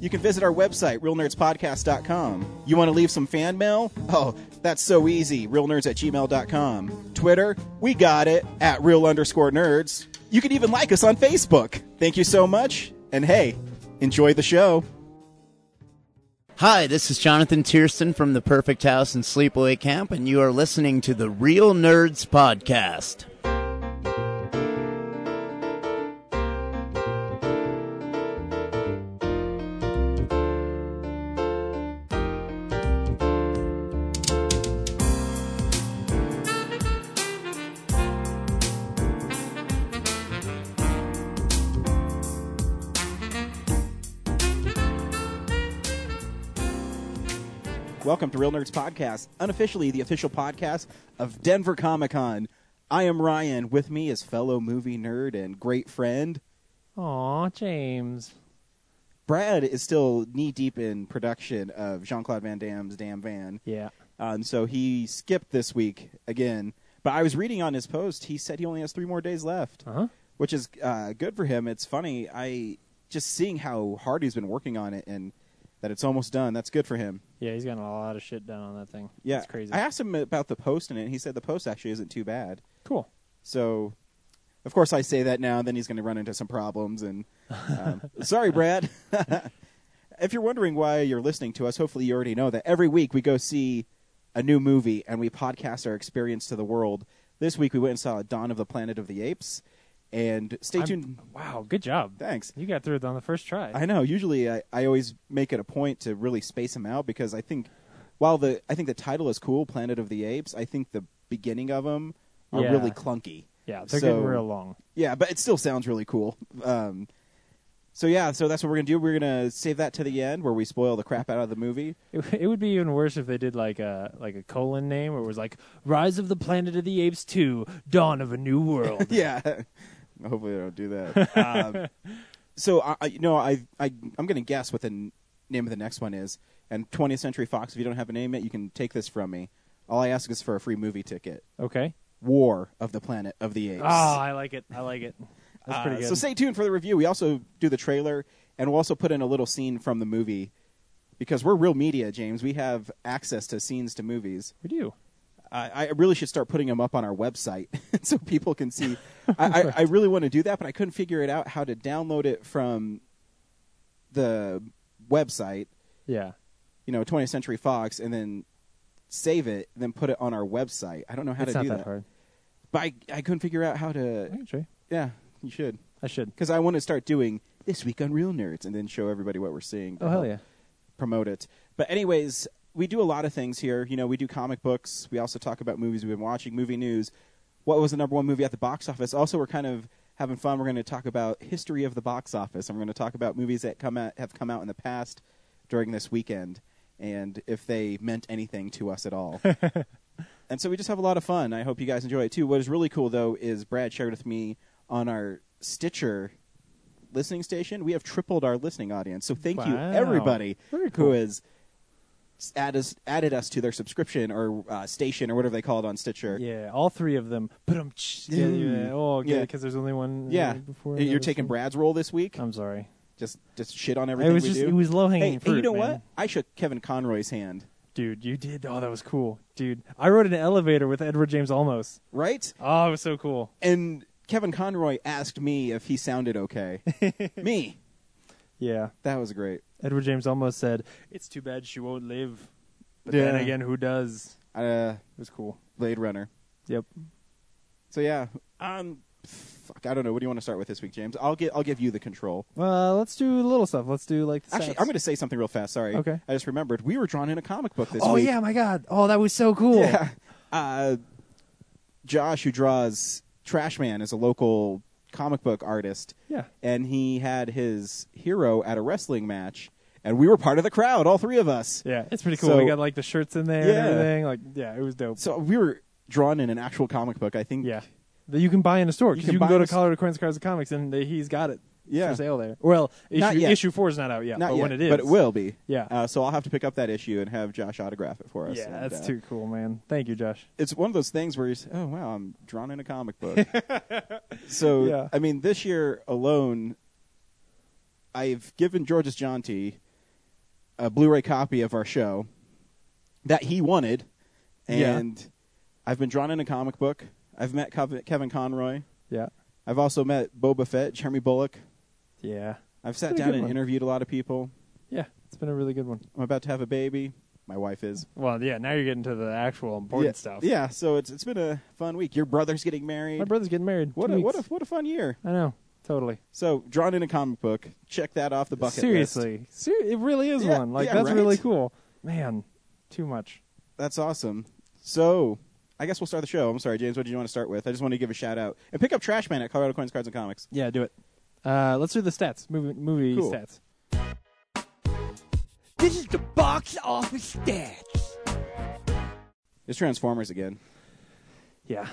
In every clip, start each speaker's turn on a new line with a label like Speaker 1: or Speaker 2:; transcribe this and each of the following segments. Speaker 1: You can visit our website, realnerdspodcast.com. You want to leave some fan mail? Oh, that's so easy. Realnerds at gmail.com. Twitter, we got it, at real underscore nerds. You can even like us on Facebook. Thank you so much. And hey, enjoy the show.
Speaker 2: Hi, this is Jonathan Tiersten from the Perfect House and Sleepaway Camp, and you are listening to the Real Nerds Podcast.
Speaker 1: Welcome to Real Nerds Podcast, unofficially the official podcast of Denver Comic Con. I am Ryan. With me is fellow movie nerd and great friend.
Speaker 3: Aw, James.
Speaker 1: Brad is still knee deep in production of Jean Claude Van Damme's Damn Van.
Speaker 3: Yeah.
Speaker 1: Um, so he skipped this week again. But I was reading on his post, he said he only has three more days left,
Speaker 3: Huh?
Speaker 1: which is uh, good for him. It's funny. I just seeing how hard he's been working on it and that it's almost done. That's good for him.
Speaker 3: Yeah, he's gotten a lot of shit done on that thing.
Speaker 1: Yeah,
Speaker 3: It's crazy.
Speaker 1: I asked him about the post in it, and he said the post actually isn't too bad.
Speaker 3: cool.
Speaker 1: So, of course, I say that now, and then he's going to run into some problems. And um, sorry, Brad. if you're wondering why you're listening to us, hopefully you already know that every week we go see a new movie and we podcast our experience to the world. This week we went and saw Dawn of the Planet of the Apes. And stay
Speaker 3: I'm-
Speaker 1: tuned.
Speaker 3: Wow, good job.
Speaker 1: Thanks.
Speaker 3: You got through it on the first try.
Speaker 1: I know. Usually, I, I always make it a point to really space them out because I think, while the I think the title is cool, Planet of the Apes. I think the beginning of them are
Speaker 3: Yeah.
Speaker 1: really clunky.
Speaker 3: yeah, they're
Speaker 1: So-
Speaker 3: getting real long.
Speaker 1: Yeah, but it still sounds really cool. Um, so yeah, so that's what we're gonna do. We're gonna save that to the end where we spoil the crap out of the movie.
Speaker 3: It, it would be even worse if they did like a like a colon name where it was like Rise of the Planet of the Apes 2, Dawn of a New World.
Speaker 1: yeah, hopefully they don't do that. um, so I, I, you know, I, I I'm gonna guess what the n- name of the next one is. And 20th Century Fox, if you don't have a name yet, you can take this from me. All I ask is for a free movie ticket.
Speaker 3: okay.
Speaker 1: War of the Planet of the Apes.
Speaker 3: Ah, I like it. I like it. Ah, That's pretty
Speaker 1: Uh,
Speaker 3: good.
Speaker 1: So stay tuned for the review. We also do the trailer, and we'll also put in a little scene from the movie because we're real media, James. We have access to scenes to movies.
Speaker 3: we do.
Speaker 1: I, I really should start putting them up on our website so people can see. I, I, I really want to do that, but I couldn't figure it out how to download it from the website,
Speaker 3: Yeah.
Speaker 1: you know, 20th Century Fox, and then save it, then put it on our website. I don't know how
Speaker 3: it's
Speaker 1: to
Speaker 3: not
Speaker 1: do
Speaker 3: that,
Speaker 1: that.
Speaker 3: hard.
Speaker 1: But I, I couldn't figure out how
Speaker 3: I
Speaker 1: to.
Speaker 3: can try.
Speaker 1: Yeah, you should
Speaker 3: I should.
Speaker 1: because I want to start doing this week on Real Nerds and then show everybody what we're seeing. to
Speaker 3: Oh hell
Speaker 1: help
Speaker 3: yeah.
Speaker 1: Promote it. But anyways, we do a lot of things here. You know, we do comic books. We also talk about movies we've been watching, movie news. What was the number one movie at the box office? Also, we're kind of having fun. We're going to talk about history of the box office, and we're going to talk about movies that come out, have come out in the past during this weekend, and if they meant anything to us at all. and so we just have a lot of fun. I hope you guys enjoy it too. What is really cool though is Brad shared with me on our Stitcher listening station, we have tripled our listening audience. So thank you
Speaker 3: Wow.
Speaker 1: everybody
Speaker 3: Very
Speaker 1: who
Speaker 3: cool.
Speaker 1: has added us, added us to their subscription or uh, station or whatever they call it on Stitcher.
Speaker 3: Yeah, all three of them. But um, yeah, yeah. Oh, okay,
Speaker 1: Yeah.
Speaker 3: because there's only one. uh,
Speaker 1: Yeah.
Speaker 3: before
Speaker 1: you're
Speaker 3: another
Speaker 1: taking
Speaker 3: show.
Speaker 1: Brad's role this week.
Speaker 3: I'm sorry.
Speaker 1: just just shit on everything
Speaker 3: It was
Speaker 1: we
Speaker 3: just
Speaker 1: do.
Speaker 3: it was low
Speaker 1: hey,
Speaker 3: hanging
Speaker 1: hey,
Speaker 3: fruit.
Speaker 1: you know
Speaker 3: man.
Speaker 1: what? I shook Kevin Conroy's hand,
Speaker 3: dude? You did. Oh, that was cool, dude. I rode in an elevator with Edward James Olmos.
Speaker 1: right?
Speaker 3: Oh, it was so cool.
Speaker 1: And Kevin Conroy asked me if he sounded okay. me.
Speaker 3: Yeah,
Speaker 1: That was great.
Speaker 3: Edward James Olmos said, "It's too bad she won't live, but
Speaker 1: Yeah.
Speaker 3: then again, who does?"
Speaker 1: Uh,
Speaker 3: It was cool.
Speaker 1: Blade Runner.
Speaker 3: Yep.
Speaker 1: So yeah, um, fuck, I don't know. What do you want to start with this week, James? I'll get, I'll give you the control.
Speaker 3: Uh, let's do little stuff. Let's do like the
Speaker 1: Actually,
Speaker 3: stats.
Speaker 1: I'm going to say something real fast. Sorry.
Speaker 3: Okay.
Speaker 1: I just remembered we were drawn in a comic book this
Speaker 3: Oh
Speaker 1: week.
Speaker 3: yeah, my God. Oh, that was so cool.
Speaker 1: Yeah. Uh, Josh, who draws Trash Man, is a local comic book artist,
Speaker 3: Yeah.
Speaker 1: and he had his hero at a wrestling match, and we were part of the crowd, all three of us.
Speaker 3: Yeah, it's pretty cool.
Speaker 1: So-
Speaker 3: we got like the shirts in there
Speaker 1: Yeah.
Speaker 3: and everything. Like, yeah, it was dope.
Speaker 1: So we were drawn in an actual comic book. I think
Speaker 3: Yeah. that you can buy in a store. 'cause
Speaker 1: You can
Speaker 3: You can,
Speaker 1: buy
Speaker 3: go
Speaker 1: in
Speaker 3: to
Speaker 1: a s-
Speaker 3: Colorado Currents Cars of Comics, and they, he's got it
Speaker 1: Yeah.
Speaker 3: for sale there. Well,
Speaker 1: Not
Speaker 3: issue,
Speaker 1: yet.
Speaker 3: issue four is not out yet,
Speaker 1: Not
Speaker 3: but
Speaker 1: yet,
Speaker 3: when it is,
Speaker 1: but it will be.
Speaker 3: Yeah.
Speaker 1: Uh, so I'll have to pick up that issue and have Josh autograph it for us.
Speaker 3: Yeah,
Speaker 1: and,
Speaker 3: that's
Speaker 1: uh,
Speaker 3: too cool, man. Thank you, Josh.
Speaker 1: It's one of those things where you say, "Oh wow, I'm drawn in a comic book." so
Speaker 3: Yeah.
Speaker 1: I mean, this year alone, I've given George's Jaunty a Blu-ray copy of our show that he wanted,
Speaker 3: Yeah.
Speaker 1: and I've been drawn in a comic book. I've met Kev- Kevin Conroy.
Speaker 3: Yeah,
Speaker 1: I've also met Boba Fett, Jeremy Bullock.
Speaker 3: yeah,
Speaker 1: I've sat
Speaker 3: Pretty
Speaker 1: down
Speaker 3: good
Speaker 1: and
Speaker 3: one.
Speaker 1: interviewed a lot of people.
Speaker 3: yeah. It's been a really good one.
Speaker 1: I'm about to have a baby. My wife is.
Speaker 3: Well, yeah. Now you're getting to the actual important
Speaker 1: yeah,
Speaker 3: stuff.
Speaker 1: Yeah, so it's it's been a fun week. Your brother's getting married.
Speaker 3: My brother's getting married.
Speaker 1: what
Speaker 3: two
Speaker 1: a,
Speaker 3: weeks.
Speaker 1: what a what a fun year.
Speaker 3: I know. Totally.
Speaker 1: So drawn in a comic book. Check that off the bucket list.
Speaker 3: Seriously, Ser- it really is
Speaker 1: Yeah,
Speaker 3: one. Like
Speaker 1: yeah,
Speaker 3: that's
Speaker 1: right?
Speaker 3: really cool, man. Too much.
Speaker 1: That's awesome. So I guess we'll start the show. I'm sorry, James. What did you want to start with? I just want to give a shout out and pick up Trash Man at Colorado Coins, Cards, and Comics.
Speaker 3: Yeah, do it. Uh, let's do the stats. Movie, movie
Speaker 1: Cool.
Speaker 3: stats.
Speaker 4: This is the box office stats.
Speaker 1: It's Transformers again.
Speaker 3: Yeah.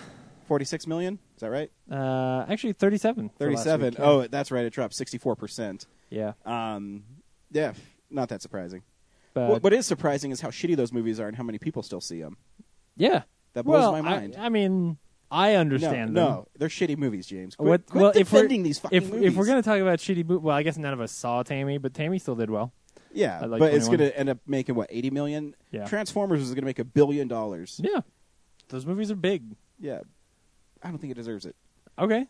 Speaker 1: Forty-six million. Is that right?
Speaker 3: Uh, actually, thirty-seven. for last
Speaker 1: Thirty-seven.
Speaker 3: week. Yeah.
Speaker 1: Oh, that's right. It dropped sixty-four percent.
Speaker 3: yeah.
Speaker 1: Um, yeah, not that surprising.
Speaker 3: But
Speaker 1: what, what is surprising is how shitty those movies are and how many people still see them.
Speaker 3: yeah,
Speaker 1: That blows
Speaker 3: well,
Speaker 1: my
Speaker 3: I-
Speaker 1: mind.
Speaker 3: I, mean, I
Speaker 1: no,
Speaker 3: understand.
Speaker 1: no,
Speaker 3: them.
Speaker 1: they're shitty movies, James. Quit,
Speaker 3: What-
Speaker 1: quit
Speaker 3: well, if we're-
Speaker 1: defending these fucking
Speaker 3: if
Speaker 1: movies.
Speaker 3: if we're gonna talk about shitty, bo- well, I guess none of us saw Tammy, but Tammy still did well.
Speaker 1: yeah,
Speaker 3: I like
Speaker 1: but it's
Speaker 3: 21.
Speaker 1: gonna end up making what eighty million.
Speaker 3: Yeah.
Speaker 1: Transformers is gonna make a billion dollars.
Speaker 3: Yeah, those movies are big.
Speaker 1: Yeah, I don't think it deserves it.
Speaker 3: Okay,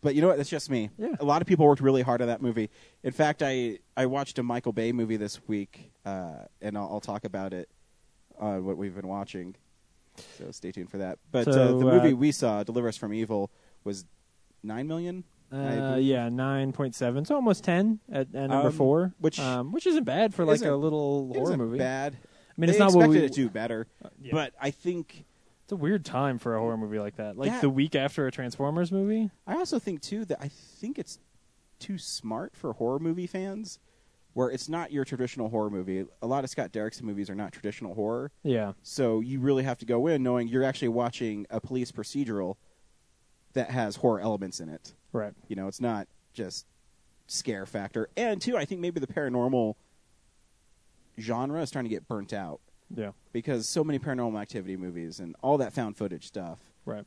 Speaker 1: But you know what? That's just me.
Speaker 3: Yeah.
Speaker 1: A lot of people worked really hard on that movie. In fact, I I watched a Michael Bay movie this week, uh, and I'll, I'll talk about it on what we've been watching. So stay tuned for that. But uh,
Speaker 3: So,
Speaker 1: the
Speaker 3: uh,
Speaker 1: movie we saw, "Deliver Us from Evil," was nine million.
Speaker 3: uh,
Speaker 1: I-
Speaker 3: yeah, nine point seven, so almost ten at, at number
Speaker 1: Um,
Speaker 3: four,
Speaker 1: which-
Speaker 3: um, which isn't bad for like
Speaker 1: isn't-
Speaker 3: a little
Speaker 1: It
Speaker 3: horror
Speaker 1: isn't
Speaker 3: movie.
Speaker 1: Bad.
Speaker 3: I mean, it's
Speaker 1: They
Speaker 3: not what
Speaker 1: expected
Speaker 3: we Uh,
Speaker 1: it to do better,
Speaker 3: yeah.
Speaker 1: but I think
Speaker 3: It's a weird time for a horror movie like that, like
Speaker 1: Yeah.
Speaker 3: the week after a Transformers movie.
Speaker 1: I also think too that I think it's too smart for horror movie fans, where it's not your traditional horror movie. A lot of Scott Derrickson movies are not traditional horror,
Speaker 3: Yeah,
Speaker 1: so you really have to go in knowing you're actually watching a police procedural that has horror elements in it.
Speaker 3: right.
Speaker 1: You know, it's not just scare factor. And two, I think maybe the paranormal genre is starting to get burnt out
Speaker 3: Yeah,
Speaker 1: because so many paranormal activity movies and all that found footage stuff.
Speaker 3: right.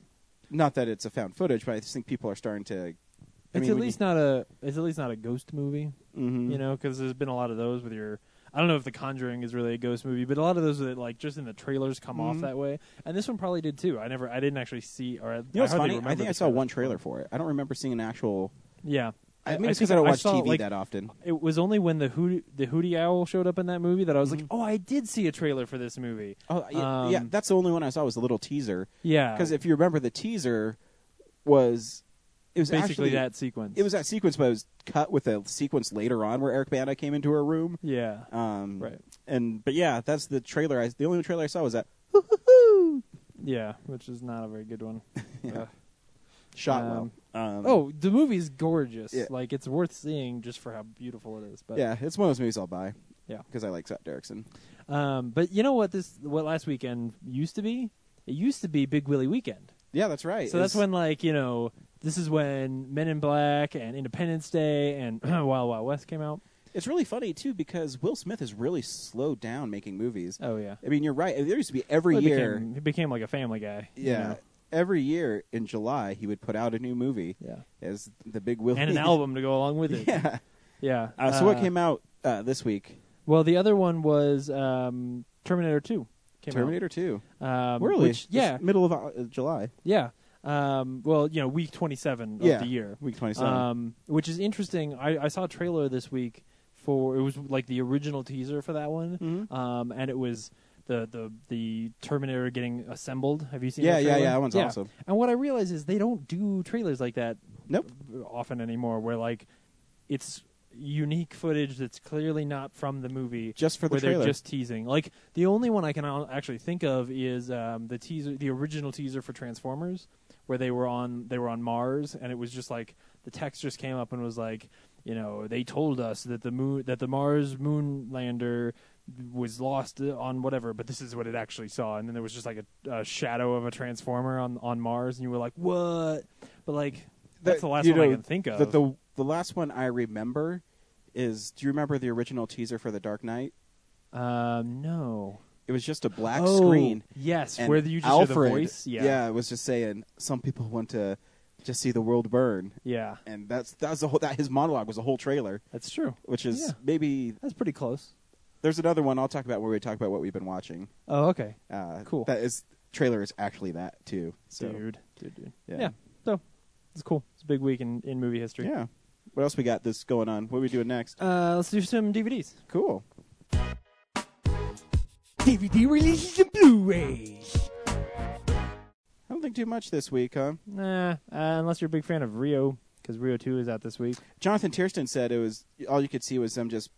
Speaker 1: Not that it's a found footage, but I just think people are starting to. I
Speaker 3: it's
Speaker 1: mean,
Speaker 3: at
Speaker 1: when
Speaker 3: least not a it's at least not a ghost movie
Speaker 1: you, Mhm.
Speaker 3: you know because there's been a lot of those with your i don't know if the conjuring is really a ghost movie but a lot of those that like just in the trailers come off
Speaker 1: Mhm.
Speaker 3: that way and this one probably did too i never i didn't actually see or I,
Speaker 1: You know
Speaker 3: I
Speaker 1: what's
Speaker 3: hardly
Speaker 1: funny?
Speaker 3: remember
Speaker 1: I think
Speaker 3: the
Speaker 1: I saw one
Speaker 3: trailers.
Speaker 1: trailer for it. I don't remember seeing an actual.
Speaker 3: yeah
Speaker 1: I mean, it's
Speaker 3: think
Speaker 1: because I don't watch
Speaker 3: saw,
Speaker 1: TV
Speaker 3: like,
Speaker 1: that often.
Speaker 3: it was only when the hootie, the hootie owl showed up in that movie that i was like oh i did see a trailer for this movie
Speaker 1: Mm-hmm. Oh, yeah, yeah,
Speaker 3: Um, uh,
Speaker 1: that's the only one I saw was the little teaser.
Speaker 3: yeah
Speaker 1: Because if you remember, the teaser was it was
Speaker 3: basically
Speaker 1: actually
Speaker 3: that sequence
Speaker 1: it was that sequence, but it was cut with a sequence later on where Eric Bana came into her room.
Speaker 3: yeah
Speaker 1: Um,
Speaker 3: Right.
Speaker 1: And but yeah, that's the trailer. I the only trailer I saw was that
Speaker 3: yeah which is not a very good one
Speaker 1: Yeah.
Speaker 3: Ugh.
Speaker 1: shot
Speaker 3: Um,
Speaker 1: well. Um,
Speaker 3: oh the movie's gorgeous
Speaker 1: Yeah.
Speaker 3: like it's worth seeing just for how beautiful it is but
Speaker 1: yeah, it's one of those movies I'll buy.
Speaker 3: Yeah.
Speaker 1: because I like Scott Derrickson.
Speaker 3: Um, but you know what this what last weekend used to be? It used to be Big Willie weekend.
Speaker 1: Yeah, that's right.
Speaker 3: So that's
Speaker 1: It's-
Speaker 3: when like you know this is when Men in Black and Independence Day and Wild Wild West came out.
Speaker 1: It's really funny too because Will Smith has really slowed down making movies.
Speaker 3: Oh yeah,
Speaker 1: I mean, you're right. There used to be every
Speaker 3: Well, he
Speaker 1: year.
Speaker 3: became, he became like a Family Guy. you
Speaker 1: yeah,
Speaker 3: know?
Speaker 1: every year in July he would put out a new movie
Speaker 3: yeah,
Speaker 1: as the big Will
Speaker 3: and an album to go along with it.
Speaker 1: yeah.
Speaker 3: yeah.
Speaker 1: Uh, so what came out uh, this week?
Speaker 3: Well, the other one was um, Terminator Two. Came
Speaker 1: Terminator Two.
Speaker 3: Out. Um,
Speaker 1: really?
Speaker 3: Which,
Speaker 1: It's
Speaker 3: yeah,
Speaker 1: middle of uh, July.
Speaker 3: yeah. Um, well, you know, week twenty-seven
Speaker 1: yeah,
Speaker 3: of the year.
Speaker 1: week twenty-seven.
Speaker 3: um, which is interesting. I, I saw a trailer this week for it was like the original teaser for that one,
Speaker 1: Mhm.
Speaker 3: um, and it was the, the the Terminator getting assembled. Have you seen?
Speaker 1: Yeah,
Speaker 3: that
Speaker 1: yeah,
Speaker 3: trailer?
Speaker 1: yeah, that one's awesome.
Speaker 3: And what I realize is they don't do trailers like that
Speaker 1: nope.
Speaker 3: often anymore, where like it's unique footage that's clearly not from the movie
Speaker 1: Just for the
Speaker 3: where
Speaker 1: trailer.
Speaker 3: they're just teasing like the only one i can al- actually think of is um, the teaser the original teaser for transformers where they were on they were on mars and it was just like the text just came up and was like you know they told us that the moon that the mars moon lander was lost uh, on whatever, but this is what it actually saw. And then there was just like a, a shadow of a transformer on on Mars, and you were like, what? But like that's the, last
Speaker 1: you
Speaker 3: one I
Speaker 1: know,
Speaker 3: can think of.
Speaker 1: The, the the last one I remember is. Do you remember the original teaser for The Dark Knight?
Speaker 3: um, no.
Speaker 1: It was just a black
Speaker 3: oh,
Speaker 1: screen.
Speaker 3: Yes,
Speaker 1: and
Speaker 3: where you just hear
Speaker 1: Alfred,
Speaker 3: the voice. Yeah, yeah.
Speaker 1: was just saying some people want to just see the world burn, and that's that's the whole that his monologue was the whole trailer,
Speaker 3: that's true.
Speaker 1: which is
Speaker 3: Yeah.
Speaker 1: maybe
Speaker 3: That's pretty close.
Speaker 1: there's another one I'll talk about where we talk about what we've been watching.
Speaker 3: Oh, okay,
Speaker 1: Uh,
Speaker 3: Cool.
Speaker 1: That is trailer is actually that too. So
Speaker 3: dude, dude, dude.
Speaker 1: Yeah.
Speaker 3: Yeah. so it's cool. It's a big week in, in movie history.
Speaker 1: yeah, what else we got this going on? What are we doing next?
Speaker 3: Uh, let's do some DVDs.
Speaker 1: cool.
Speaker 4: DVD releases and Blu-rays.
Speaker 1: I don't think too much this week, huh?
Speaker 3: Nah, uh, unless you're a big fan of Rio, because Rio Two is out this week.
Speaker 1: Jonathan Tiersten said it was all you could see was them just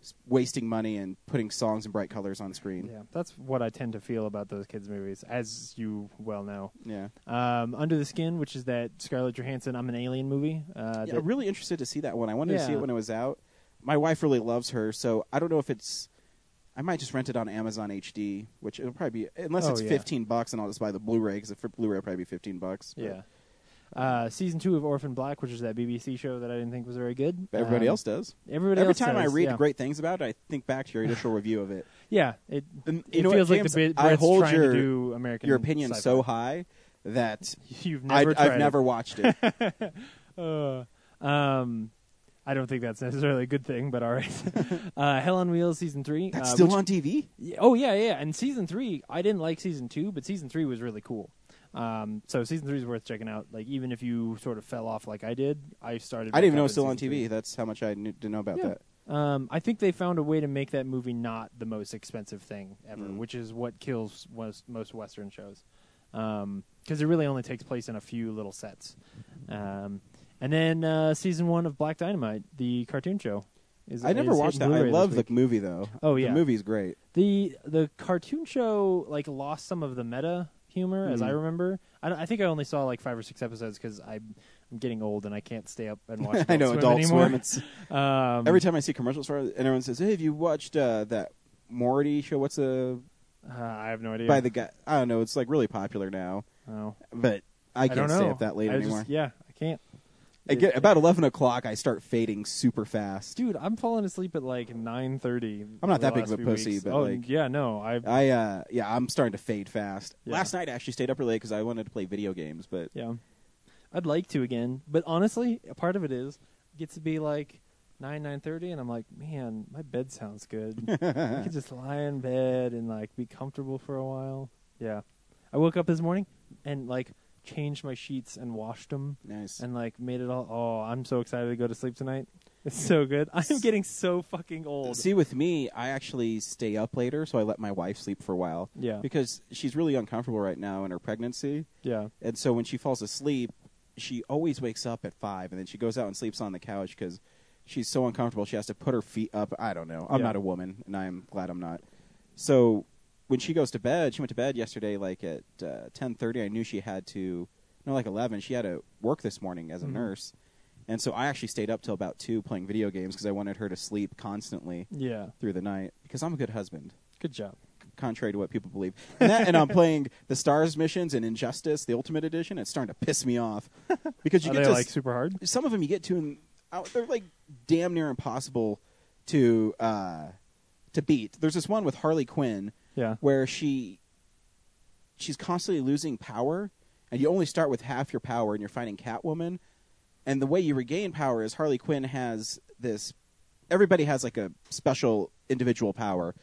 Speaker 1: s- wasting money and putting songs in bright colors on screen.
Speaker 3: Yeah, that's what I tend to feel about those kids' movies, as you well know.
Speaker 1: Yeah.
Speaker 3: Um, Under the Skin, which is that Scarlett Johansson "I'm an Alien" movie.
Speaker 1: Yeah,
Speaker 3: Uh, that-
Speaker 1: I'm really interested to see that one. I wanted to see
Speaker 3: Yeah.
Speaker 1: it when it was out. My wife really loves her, so I don't know if it's. I might just rent it on Amazon HD, which it'll probably be unless
Speaker 3: Oh,
Speaker 1: it's
Speaker 3: yeah.
Speaker 1: fifteen bucks, and I'll just buy the Blu-ray because for Blu-ray it'll probably be fifteen bucks. but-
Speaker 3: yeah. Uh, season two of Orphan Black, which is that BBC show that I didn't think was very good.
Speaker 1: but everybody
Speaker 3: Um,
Speaker 1: else does.
Speaker 3: Everybody
Speaker 1: Every
Speaker 3: else
Speaker 1: time I
Speaker 3: does,
Speaker 1: read
Speaker 3: yeah.
Speaker 1: great things about it, I think back to your initial review of it.
Speaker 3: yeah, it
Speaker 1: And
Speaker 3: it
Speaker 1: you know what,
Speaker 3: feels like
Speaker 1: James?
Speaker 3: the Brit- Brits
Speaker 1: I hold
Speaker 3: trying
Speaker 1: your-
Speaker 3: to do American
Speaker 1: Your opinion's
Speaker 3: sci-fi.
Speaker 1: so high that
Speaker 3: You've
Speaker 1: I,
Speaker 3: never tried
Speaker 1: I've
Speaker 3: it.
Speaker 1: never watched it.
Speaker 3: Uh, um, I don't think that's necessarily a good thing, but all right. uh, Hell on Wheels season three.
Speaker 1: That's
Speaker 3: uh,
Speaker 1: still
Speaker 3: which-
Speaker 1: on TV.
Speaker 3: Yeah, oh yeah, yeah. And season three, I didn't like season two, but season three was really cool. Um, so season three is worth checking out. Like even if you sort of fell off like I did, I started.
Speaker 1: I didn't even
Speaker 3: back
Speaker 1: know it
Speaker 3: up
Speaker 1: was still
Speaker 3: in
Speaker 1: on TV.
Speaker 3: season three.
Speaker 1: That's how much I knew, didn't know about
Speaker 3: Yeah.
Speaker 1: that.
Speaker 3: Um, I think they found a way to make that movie not the most expensive thing ever,
Speaker 1: Mm.
Speaker 3: which is what kills most, most Western shows, because it really only takes place in a few little sets. Um, and then uh, season one of Black Dynamite, the cartoon show, is
Speaker 1: I never
Speaker 3: is
Speaker 1: watched
Speaker 3: hitting
Speaker 1: that. I
Speaker 3: Blu-ray this
Speaker 1: love the
Speaker 3: week.
Speaker 1: movie though.
Speaker 3: Oh, yeah.
Speaker 1: the movie's great.
Speaker 3: the the cartoon show. Like lost some of the meta humor, as
Speaker 1: Mm.
Speaker 3: I remember. I, don't- I think I only saw like five or six episodes because I'm, I'm getting old and I can't stay up and watch.
Speaker 1: I know
Speaker 3: Swim
Speaker 1: Adult
Speaker 3: anymore.
Speaker 1: Swim. It's
Speaker 3: Um,
Speaker 1: every time I see commercials for it, and everyone says, "Hey, have you watched uh, that Morty show? What's a
Speaker 3: uh, I have no idea.
Speaker 1: by the guy? I don't know. It's like really popular now,
Speaker 3: oh.
Speaker 1: but I can't
Speaker 3: don't
Speaker 1: stay
Speaker 3: know.
Speaker 1: up that late
Speaker 3: I just-
Speaker 1: anymore.
Speaker 3: yeah, I can't.
Speaker 1: I get about eleven o'clock. I start fading super fast.
Speaker 3: Dude, I'm falling asleep at like nine thirty.
Speaker 1: I'm not that big of a pussy, but,
Speaker 3: oh,
Speaker 1: like-
Speaker 3: yeah, no, I
Speaker 1: I uh, yeah, I'm starting to fade fast.
Speaker 3: Yeah.
Speaker 1: Last night I actually stayed up really late because I wanted to play video games, but
Speaker 3: yeah, I'd like to again, but honestly, a part of it is it gets to be like nine nine thirty, and I'm like, man, my bed sounds good. I could just lie in bed and like be comfortable for a while. Yeah, I woke up this morning and like changed my sheets and washed them.
Speaker 1: nice.
Speaker 3: and like made it all. Oh, I'm so excited to go to sleep tonight. It's so good. I'm getting so fucking old.
Speaker 1: See, with me, I actually stay up later, so I let my wife sleep for a while.
Speaker 3: Yeah.
Speaker 1: Because she's really uncomfortable right now in her pregnancy.
Speaker 3: yeah,
Speaker 1: And so when she falls asleep, she always wakes up at five, and then she goes out and sleeps on the couch because she's so uncomfortable. She has to put her feet up. I don't know. I'm
Speaker 3: Yeah.
Speaker 1: not a woman, and I'm glad I'm not. So when she goes to bed, she went to bed yesterday like at uh, ten thirty. I knew she had to, no, like eleven. She had to work this morning as a
Speaker 3: Mhm.
Speaker 1: nurse, and so I actually stayed up till about two playing video games because I wanted her to sleep constantly
Speaker 3: yeah.
Speaker 1: through the night because I'm a good husband,
Speaker 3: Good job.
Speaker 1: contrary to what people believe. And, that, and I'm playing the Stars missions and Injustice, the Ultimate Edition. It's starting to piss me off because you
Speaker 3: Are
Speaker 1: get
Speaker 3: they
Speaker 1: to
Speaker 3: like super hard?
Speaker 1: some of them you get to and out- they're like damn near impossible to uh, to beat. There's this one with Harley Quinn
Speaker 3: Yeah.
Speaker 1: where she she's constantly losing power, and you only start with half your power, and you're fighting Catwoman. And the way you regain power is Harley Quinn has this. Everybody has like a special individual power,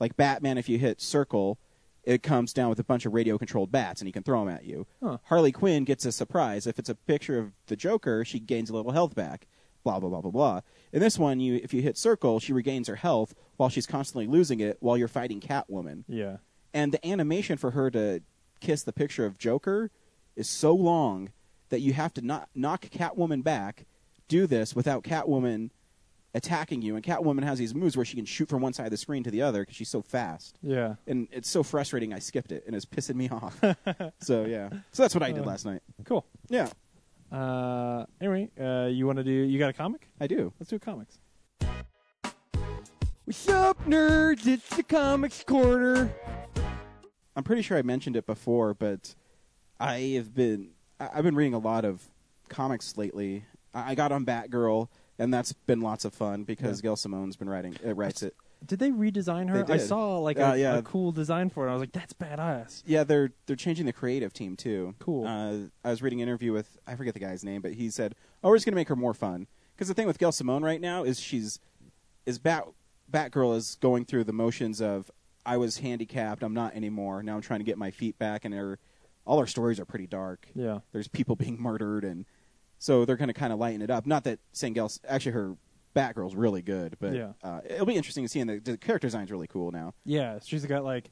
Speaker 1: like Batman. If you hit circle, it comes down with a bunch of radio controlled bats, and he can throw them at you.
Speaker 3: Huh.
Speaker 1: Harley Quinn gets a surprise. If it's a picture of the Joker, she gains a little health back. Blah blah blah blah blah. In this one, you if you hit circle, she regains her health while she's constantly losing it while you're fighting Catwoman
Speaker 3: Yeah.
Speaker 1: and the animation for her to kiss the picture of Joker is so long that you have to not knock Catwoman back, do this without Catwoman attacking you. And Catwoman has these moves where she can shoot from one side of the screen to the other because she's so fast.
Speaker 3: Yeah.
Speaker 1: And it's so frustrating. I skipped it, and it's pissing me off. so yeah, so that's what I did last night.
Speaker 3: Cool.
Speaker 1: Yeah,
Speaker 3: Uh, anyway, uh, you want to do? You got a comic?
Speaker 1: I do.
Speaker 3: Let's do comics.
Speaker 4: What's up, nerds? It's the Comics Corner.
Speaker 1: I'm pretty sure I mentioned it before, but I have been I- I've been reading a lot of comics lately. I, I got on Batgirl, and that's been lots of fun because Gail Simone's been writing uh, writes it.
Speaker 3: Did they redesign her?
Speaker 1: They
Speaker 3: I
Speaker 1: did.
Speaker 3: saw like a,
Speaker 1: Uh, yeah.
Speaker 3: a cool design for it. I was like, that's badass.
Speaker 1: Yeah, they're they're changing the creative team too.
Speaker 3: Cool.
Speaker 1: Uh, I was reading an interview with I forget the guy's name, but he said, "Oh, we're just gonna make her more fun." Because the thing with Gail Simone right now is she's is Bat Batgirl is going through the motions of I was handicapped, I'm not anymore. Now I'm trying to get my feet back, and her all her stories are pretty dark.
Speaker 3: Yeah.
Speaker 1: There's people being murdered, and so they're gonna kind of lighten it up. Not that saying Gail's actually her Batgirl's really good, but
Speaker 3: Yeah.
Speaker 1: uh, it'll be interesting to see. And the, the character design's really cool now.
Speaker 3: Yeah, she's got like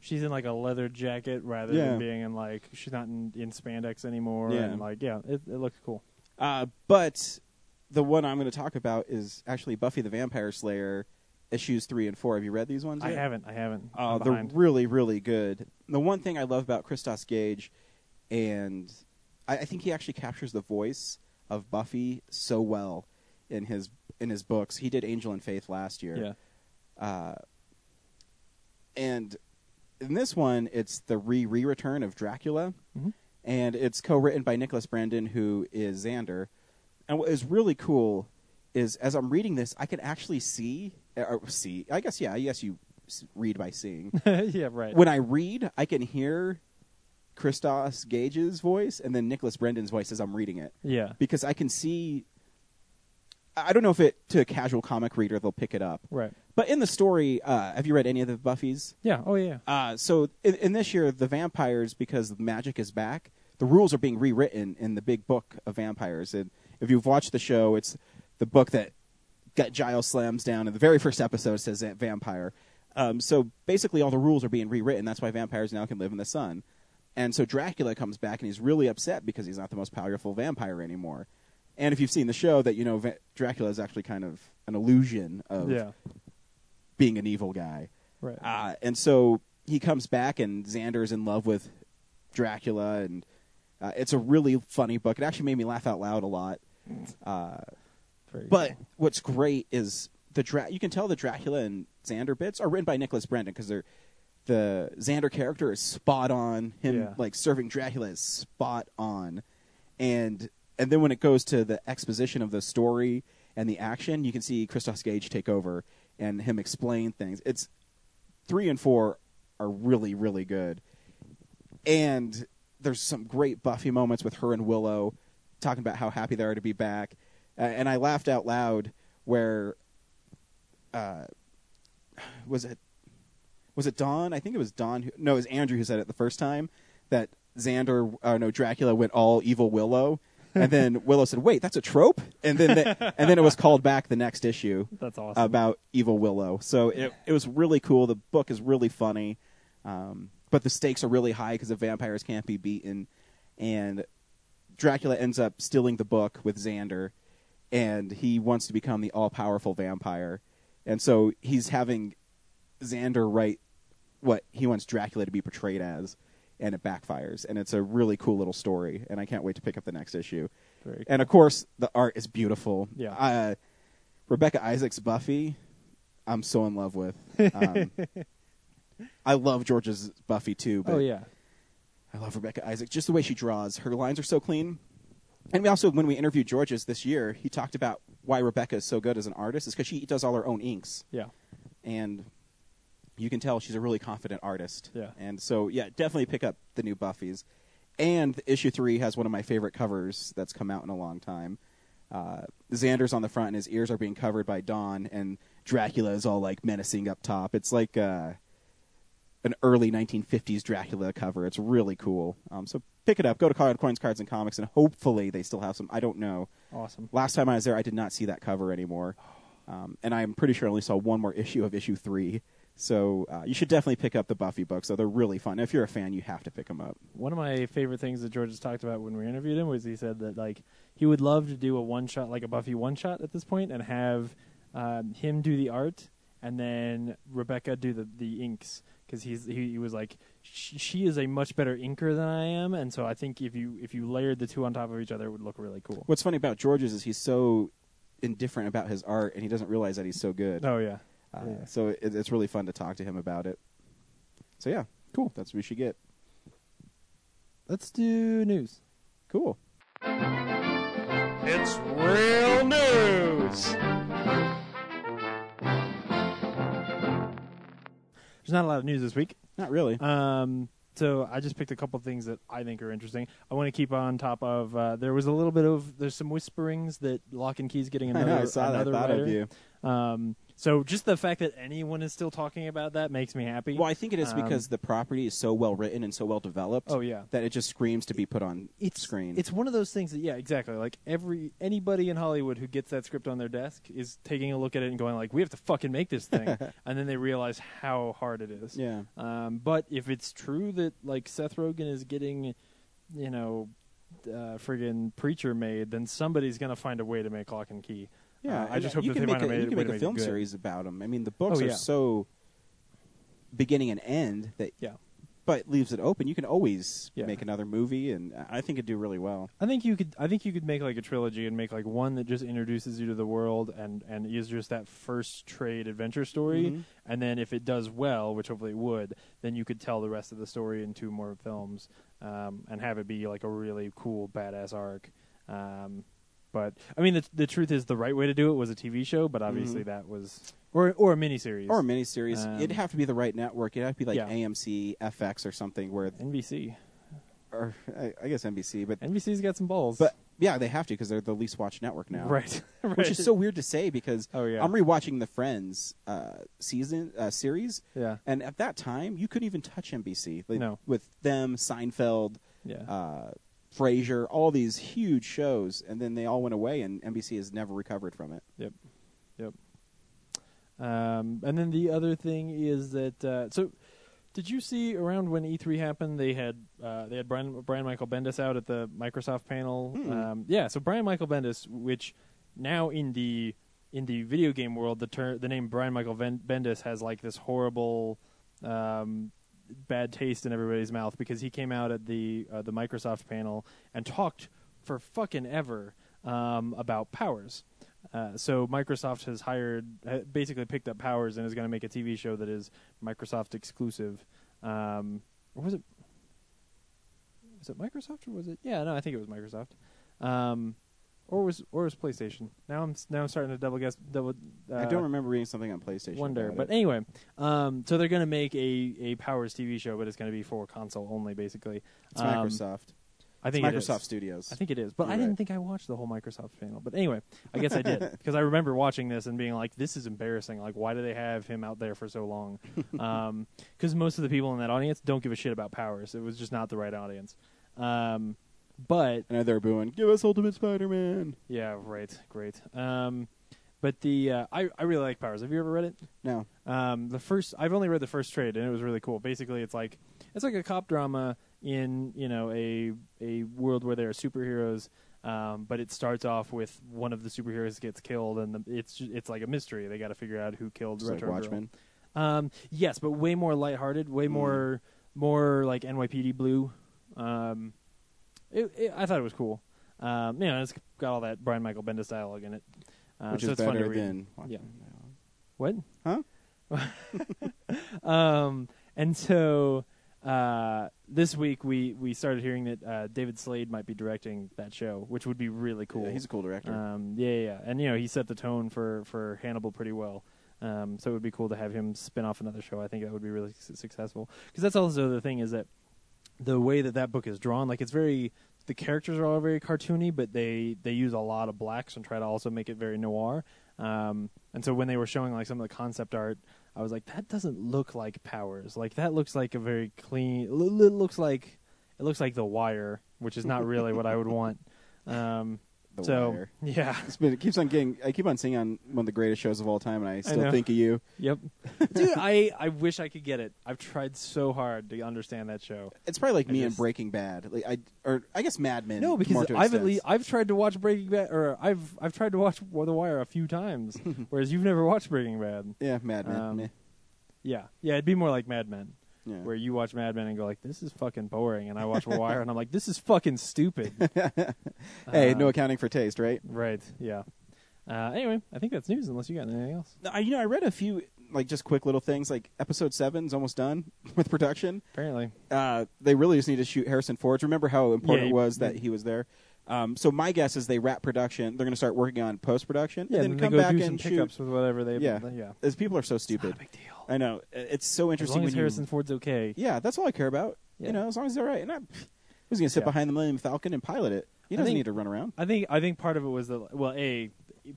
Speaker 3: she's in like a leather jacket rather
Speaker 1: Yeah.
Speaker 3: than being in like she's not in, in spandex anymore.
Speaker 1: Yeah.
Speaker 3: And like yeah, it, it looks cool.
Speaker 1: Uh, but the one I'm going to talk about is actually Buffy the Vampire Slayer issues three and four. Have you read these ones?
Speaker 3: I
Speaker 1: yet?
Speaker 3: haven't. I haven't.
Speaker 1: Uh,
Speaker 3: I'm
Speaker 1: they're
Speaker 3: behind.
Speaker 1: really, really good. The one thing I love about Christos Gage, and I, I think he actually captures the voice of Buffy so well in his in his books. He did Angel and Faith last year.
Speaker 3: yeah.
Speaker 1: Uh, and in this one, it's the re re return of Dracula,
Speaker 3: Mhm.
Speaker 1: and it's co written by Nicholas Brandon, who is Xander. And what is really cool is as I'm reading this, I can actually see or see. I guess yeah, I guess you s- read by seeing.
Speaker 3: yeah. Right.
Speaker 1: when I read, I can hear Christos Gage's voice and then Nicholas Brandon's voice as I'm reading it
Speaker 3: yeah.
Speaker 1: because I can see. I I don't know if it to a casual comic reader they'll pick it up,
Speaker 3: Right.
Speaker 1: but in the story, uh, have you read any of the Buffy's?
Speaker 3: Yeah. Oh yeah.
Speaker 1: Uh, so in, in this year, the vampires, because magic is back, the rules are being rewritten in the big book of vampires. And if you've watched the show, it's the book that got Giles slams down in the very first episode says that vampire. Um, so basically, all the rules are being rewritten. That's why vampires now can live in the sun. And so Dracula comes back and he's really upset because he's not the most powerful vampire anymore. And if you've seen the show, that you know va- Dracula is actually kind of an illusion of
Speaker 3: Yeah.
Speaker 1: being an evil guy.
Speaker 3: Right.
Speaker 1: Uh, and so he comes back, and Xander's in love with Dracula, and uh, it's a really funny book. It actually made me laugh out loud a lot. Uh,
Speaker 3: Very
Speaker 1: But
Speaker 3: cool.
Speaker 1: what's great is the Dra- you can tell the Dracula and Xander bits are written by Nicholas Brandon because they're the Xander character is spot on. Him
Speaker 3: Yeah.
Speaker 1: like serving Dracula is spot on, and and then when it goes to the exposition of the story and the action, you can see Christos Gage take over and him explain things. It's three and four are really really good and there's some great Buffy moments with her and Willow talking about how happy they are to be back. Uh, and I laughed out loud where uh, was it was it Don? I think it was Don. Who, no, it was Andrew who said it the first time that Xander, uh, no, Dracula went all evil Willow, and then Willow said, "Wait, that's a trope," and then the, and then it was called back the next issue
Speaker 3: That's awesome.
Speaker 1: about Evil Willow. So it it was really cool. The book is really funny, um, but the stakes are really high because the vampires can't be beaten, and Dracula ends up stealing the book with Xander, and he wants to become the all powerful vampire, and so he's having Xander write what he wants Dracula to be portrayed as. And it backfires, and it's a really cool little story, and I can't wait to pick up the next issue.
Speaker 3: Very
Speaker 1: And of course, the art is beautiful.
Speaker 3: Yeah.
Speaker 1: Uh, Rebecca Isaacs Buffy, I'm so in love with. Um, I love George's Buffy too, but
Speaker 3: oh yeah.
Speaker 1: I love Rebecca Isaacs. Just the way she draws, her lines are so clean. And we also, when we interviewed George's this year, he talked about why Rebecca is so good as an artist is because she does all her own inks,
Speaker 3: Yeah.
Speaker 1: and you can tell she's a really confident artist.
Speaker 3: Yeah.
Speaker 1: And so, yeah, definitely pick up the new Buffy's. And issue three has one of my favorite covers that's come out in a long time. Uh, Xander's on the front, and his ears are being covered by Dawn, and Dracula is all like menacing up top. It's like uh, an early 1950s Dracula cover. It's really cool. Um, so pick it up. Go to Card Coins, Cards, and Comics, and hopefully they still have some. I don't know.
Speaker 3: Awesome.
Speaker 1: Last time I was there, I did not see that cover anymore, um, and I'm pretty sure I only saw one more issue of issue three. So uh, you should definitely pick up the Buffy books. Though they're really fun. If you're a fan, you have to pick them up.
Speaker 3: One of my favorite things that George has talked about when we interviewed him was he said that like he would love to do a one shot, like a Buffy one shot at this point, and have um, him do the art and then Rebecca do the the inks because he's he, he was like she, she is a much better inker than I am, and so I think if you if you layered the two on top of each other, it would look really cool.
Speaker 1: What's funny about George's is he's so indifferent about his art, and he doesn't realize that he's so good.
Speaker 3: Oh yeah,
Speaker 1: Uh, So it, it's really fun to talk to him about it. So yeah, cool. That's what we should get.
Speaker 3: Let's do news.
Speaker 1: Cool.
Speaker 5: It's real news.
Speaker 3: There's not a lot of news this week.
Speaker 1: Not really.
Speaker 3: Um, so I just picked a couple things that I think are interesting. I want to keep on top of. Uh, there was a little bit of there's some whisperings that Lock and Key's getting
Speaker 1: I
Speaker 3: another.
Speaker 1: know. I saw that.
Speaker 3: another
Speaker 1: Thought
Speaker 3: writer.
Speaker 1: of you.
Speaker 3: Um, so just the fact that anyone is still talking about that makes me happy.
Speaker 1: Well, I think it is
Speaker 3: Um,
Speaker 1: because the property is so well written and so well developed.
Speaker 3: Oh, yeah.
Speaker 1: that it just screams to be put on
Speaker 3: it's
Speaker 1: screen.
Speaker 3: It's one of those things that yeah, exactly. Like every anybody in Hollywood who gets that script on their desk is taking a look at it and going like, "We have to fucking make this thing," and then they realize how hard it is.
Speaker 1: yeah.
Speaker 3: Um, but if it's true that like Seth Rogen is getting, you know, uh, friggin' preacher made, then somebody's gonna find a way to make Lock and Key.
Speaker 1: Yeah,
Speaker 3: Uh, I
Speaker 1: and
Speaker 3: just hope
Speaker 1: you
Speaker 3: that
Speaker 1: can
Speaker 3: they
Speaker 1: make
Speaker 3: find
Speaker 1: a,
Speaker 3: a way
Speaker 1: you
Speaker 3: to
Speaker 1: can make
Speaker 3: way to
Speaker 1: a film
Speaker 3: good.
Speaker 1: series about them. I mean, the books
Speaker 3: Oh,
Speaker 1: are
Speaker 3: yeah.
Speaker 1: so beginning and end that,
Speaker 3: Yeah,
Speaker 1: but leaves it open. You can always
Speaker 3: Yeah.
Speaker 1: make another movie, and I think it'd do really well.
Speaker 3: I think you could. I think you could make like a trilogy and make like one that just introduces you to the world and and is just that first trade adventure story.
Speaker 1: Mhm.
Speaker 3: And then if it does well, which hopefully it would, then you could tell the rest of the story in two more films um, and have it be like a really cool badass arc. Um, but I mean, the the truth is, the right way to do it was a TV show, but obviously that was or or a miniseries
Speaker 1: Mm-hmm. Or a miniseries.
Speaker 3: Um,
Speaker 1: it'd have to be the right network. It'd have to be like
Speaker 3: yeah.
Speaker 1: AMC, FX, or something. Where,
Speaker 3: NBC.
Speaker 1: or I, I guess NBC, but
Speaker 3: NBC's got some balls,
Speaker 1: but yeah, they have to because they're the least watched network now.
Speaker 3: right, right.
Speaker 1: Which is so weird to say because
Speaker 3: Oh, yeah.
Speaker 1: I'm rewatching the Friends uh, season uh, series,
Speaker 3: yeah
Speaker 1: and at that time you couldn't even touch NBC. Like,
Speaker 3: No.
Speaker 1: with them, Seinfeld,
Speaker 3: yeah.
Speaker 1: uh, Frasier, all these huge shows, and then they all went away, and NBC has never recovered from it.
Speaker 3: Yep. Yep. Um, and then the other thing is that uh, so did you see around when E3 happened they had uh, they had Brian Brian Michael Bendis out at the Microsoft panel. Um, yeah, so Brian Michael Bendis which now in the in the video game world the ter- the name Brian Michael Ven- Bendis has like this horrible um, bad taste in everybody's mouth because he came out at the uh, the Microsoft panel and talked for fucking ever um, about powers. Uh, so Microsoft has hired, ha- basically picked up Powers and is going to make a TV show that is Microsoft exclusive. Um, or was it? Was it Microsoft or was it? Yeah, no, I think it was Microsoft. Um, or was or was PlayStation? Now I'm s- now I'm starting to double guess. Double. Uh,
Speaker 1: I don't remember reading something on PlayStation.
Speaker 3: wonder.
Speaker 1: about
Speaker 3: But
Speaker 1: it.
Speaker 3: anyway, um, so they're going to make a, a Powers TV show, but it's going to be for console only, basically.
Speaker 1: it's
Speaker 3: Um,
Speaker 1: Microsoft.
Speaker 3: I think it
Speaker 1: it's
Speaker 3: is.
Speaker 1: Microsoft Studios.
Speaker 3: I think it is, but
Speaker 1: You're
Speaker 3: I didn't
Speaker 1: right.
Speaker 3: think I watched the whole Microsoft panel. But anyway, I guess I did because I remember watching this and being like, "This is embarrassing. Like, why do they have him out there for so long?" Because most of the people in that audience don't give a shit about powers. It was just not the right audience. Um, but
Speaker 1: I know they're booing. Give us Ultimate Spider-Man.
Speaker 3: yeah, right, great. Um, but the uh, I I really like powers. Have you ever read it?
Speaker 1: No,
Speaker 3: Um, the first I've only read the first trade and it was really cool. Basically, it's like it's like a cop drama in you know a a world where there are superheroes. Um, but it starts off with one of the superheroes gets killed, and the, it's ju- it's like a mystery. They got to figure out who killed
Speaker 1: just like
Speaker 3: Retro Girl.
Speaker 1: Watchmen. Hmm.
Speaker 3: Um, yes, but way more lighthearted, way more more like NYPD Blue. Um, it, it, I thought it was cool. Um, you know, it's got all that Brian Michael Bendis dialogue in it, uh,
Speaker 1: which
Speaker 3: so
Speaker 1: is
Speaker 3: it's fun to
Speaker 1: better
Speaker 3: read.
Speaker 1: than Watchmen.
Speaker 3: What?
Speaker 1: Huh?
Speaker 3: um, and so uh, this week we we started hearing that uh, David Slade might be directing that show, which would be really cool.
Speaker 1: Yeah, he's a cool director.
Speaker 3: um, yeah, yeah, yeah, and you know he set the tone for for Hannibal pretty well. Um, so it would be cool to have him spin off another show. I think that would be really su- successful because that's also the thing is that the way that that book is drawn, like it's very the characters are all very cartoony, but they they use a lot of blacks and try to also make it very noir. Um, and so when they were showing like some of the concept art, I was like, that doesn't look like Powers. Like that looks like a very clean. It looks like it looks like The Wire, which is not really what I would want. Um,
Speaker 1: The
Speaker 3: so
Speaker 1: Wire.
Speaker 3: yeah,
Speaker 1: It's been, it keeps on getting. I keep on seeing on one of the greatest shows of all time, and I still
Speaker 3: know.
Speaker 1: think of you.
Speaker 3: yep, dude. I I wish I could get it. I've tried so hard to understand that show.
Speaker 1: It's probably like
Speaker 3: I
Speaker 1: me and
Speaker 3: just-
Speaker 1: Breaking Bad. Like I or I guess Mad Men.
Speaker 3: No,
Speaker 1: to more
Speaker 3: because
Speaker 1: to
Speaker 3: I've at
Speaker 1: extents.
Speaker 3: least I've tried to watch Breaking Bad, or I've I've tried to watch The Wire a few times, whereas you've never watched Breaking Bad.
Speaker 1: yeah, Mad Men.
Speaker 3: Um,
Speaker 1: meh.
Speaker 3: Yeah, yeah, it'd be more like Mad Men,
Speaker 1: Yeah.
Speaker 3: where you watch Mad Men and go like, "This is fucking boring," and I watch The Wire and I'm like, "This is fucking stupid."
Speaker 1: Hey,
Speaker 3: uh,
Speaker 1: no accounting for taste, right?
Speaker 3: right? Yeah. Uh, anyway, I think that's news. Unless you got anything else.
Speaker 1: I, you know, I read a few like just quick little things. Like episode seven's almost done with production.
Speaker 3: Apparently,
Speaker 1: Uh, they really just need to shoot Harrison Ford's. Remember how important it
Speaker 3: Yeah, you-
Speaker 1: was that he was there. Um, so my guess is they wrap production. They're going to start working on post production
Speaker 3: yeah.
Speaker 1: and then
Speaker 3: they
Speaker 1: come
Speaker 3: go
Speaker 1: back
Speaker 3: do some
Speaker 1: and shoot.
Speaker 3: pickups with whatever they.
Speaker 1: Yeah.
Speaker 3: yeah.
Speaker 1: As people are so stupid.
Speaker 3: Not a big deal.
Speaker 1: I know I- it's so
Speaker 3: As
Speaker 1: interesting
Speaker 3: long
Speaker 1: when
Speaker 3: as
Speaker 1: you-
Speaker 3: Harrison Ford's okay.
Speaker 1: Yeah, that's all I care about.
Speaker 3: Yeah.
Speaker 1: You know, as long as they're all right. And I, who's going to sit
Speaker 3: Yeah.
Speaker 1: behind the Millennium Falcon and pilot it? He
Speaker 3: I
Speaker 1: doesn't
Speaker 3: think-
Speaker 1: need to run around.
Speaker 3: I think I think part of it was that well, a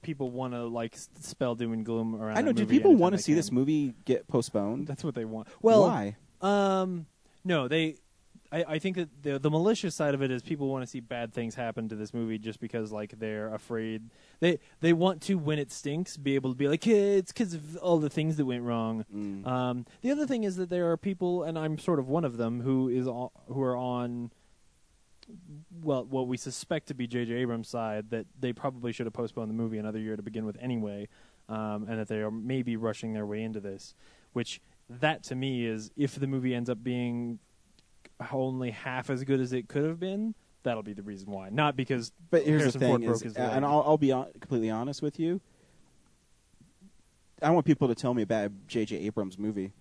Speaker 3: people want to like s- spell doom and gloom around.
Speaker 1: I know.
Speaker 3: the
Speaker 1: Do
Speaker 3: movie
Speaker 1: people
Speaker 3: anytime
Speaker 1: want to
Speaker 3: they
Speaker 1: see this
Speaker 3: can.
Speaker 1: movie get postponed?
Speaker 3: That's what they want. Well,
Speaker 1: Why?
Speaker 3: Um, no, they. I, I think that the the malicious side of it is people want to see bad things happen to this movie just because like they're afraid they they want to when it stinks be able to be like "Eh, it's because of all the things that went wrong.
Speaker 1: Mm.
Speaker 3: Um, the other thing is that there are people, and I'm sort of one of them, who is on, who are on well what we suspect to be J.J. Abrams' side that they probably should have postponed the movie another year to begin with anyway, um, and that they are maybe rushing their way into this, which that to me is if the movie ends up being only half as good as it could have been, that'll be the reason why. Not because
Speaker 1: But here's
Speaker 3: Harrison
Speaker 1: the
Speaker 3: Ford
Speaker 1: thing,
Speaker 3: broke
Speaker 1: is,
Speaker 3: his leg.
Speaker 1: and I'll, I'll be on, completely honest with you. I want people to tell me about a J.J. Abrams movie,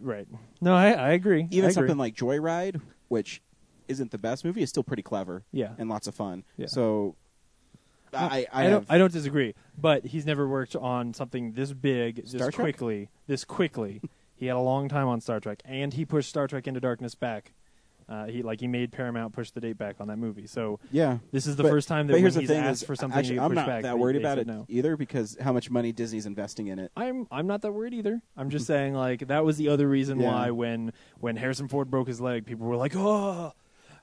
Speaker 3: right? No, I, I agree. I
Speaker 1: even
Speaker 3: agree.
Speaker 1: something like Joyride, which isn't the best movie, is still pretty clever,
Speaker 3: Yeah.
Speaker 1: and lots of fun.
Speaker 3: Yeah.
Speaker 1: So, I, I,
Speaker 3: don't.
Speaker 1: have,
Speaker 3: I don't disagree. But he's never worked on something this big, this
Speaker 1: Star Trek?
Speaker 3: quickly, this quickly. he had a long time on Star Trek, and he pushed Star Trek Into Darkness back. Uh, he like he made Paramount push the date back on that movie. So
Speaker 1: yeah.
Speaker 3: this is the
Speaker 1: But-
Speaker 3: first time that
Speaker 1: but
Speaker 3: when
Speaker 1: here's
Speaker 3: he's
Speaker 1: the thing
Speaker 3: asked
Speaker 1: is,
Speaker 3: for something
Speaker 1: actually,
Speaker 3: to be
Speaker 1: I'm
Speaker 3: pushed
Speaker 1: not
Speaker 3: back.
Speaker 1: that
Speaker 3: they-
Speaker 1: worried
Speaker 3: they
Speaker 1: about it
Speaker 3: said No.
Speaker 1: either because how much money Disney's investing in it.
Speaker 3: I'm I'm not that worried either. I'm just saying like that was the other reason
Speaker 1: Yeah.
Speaker 3: why when when Harrison Ford broke his leg, people were like, oh,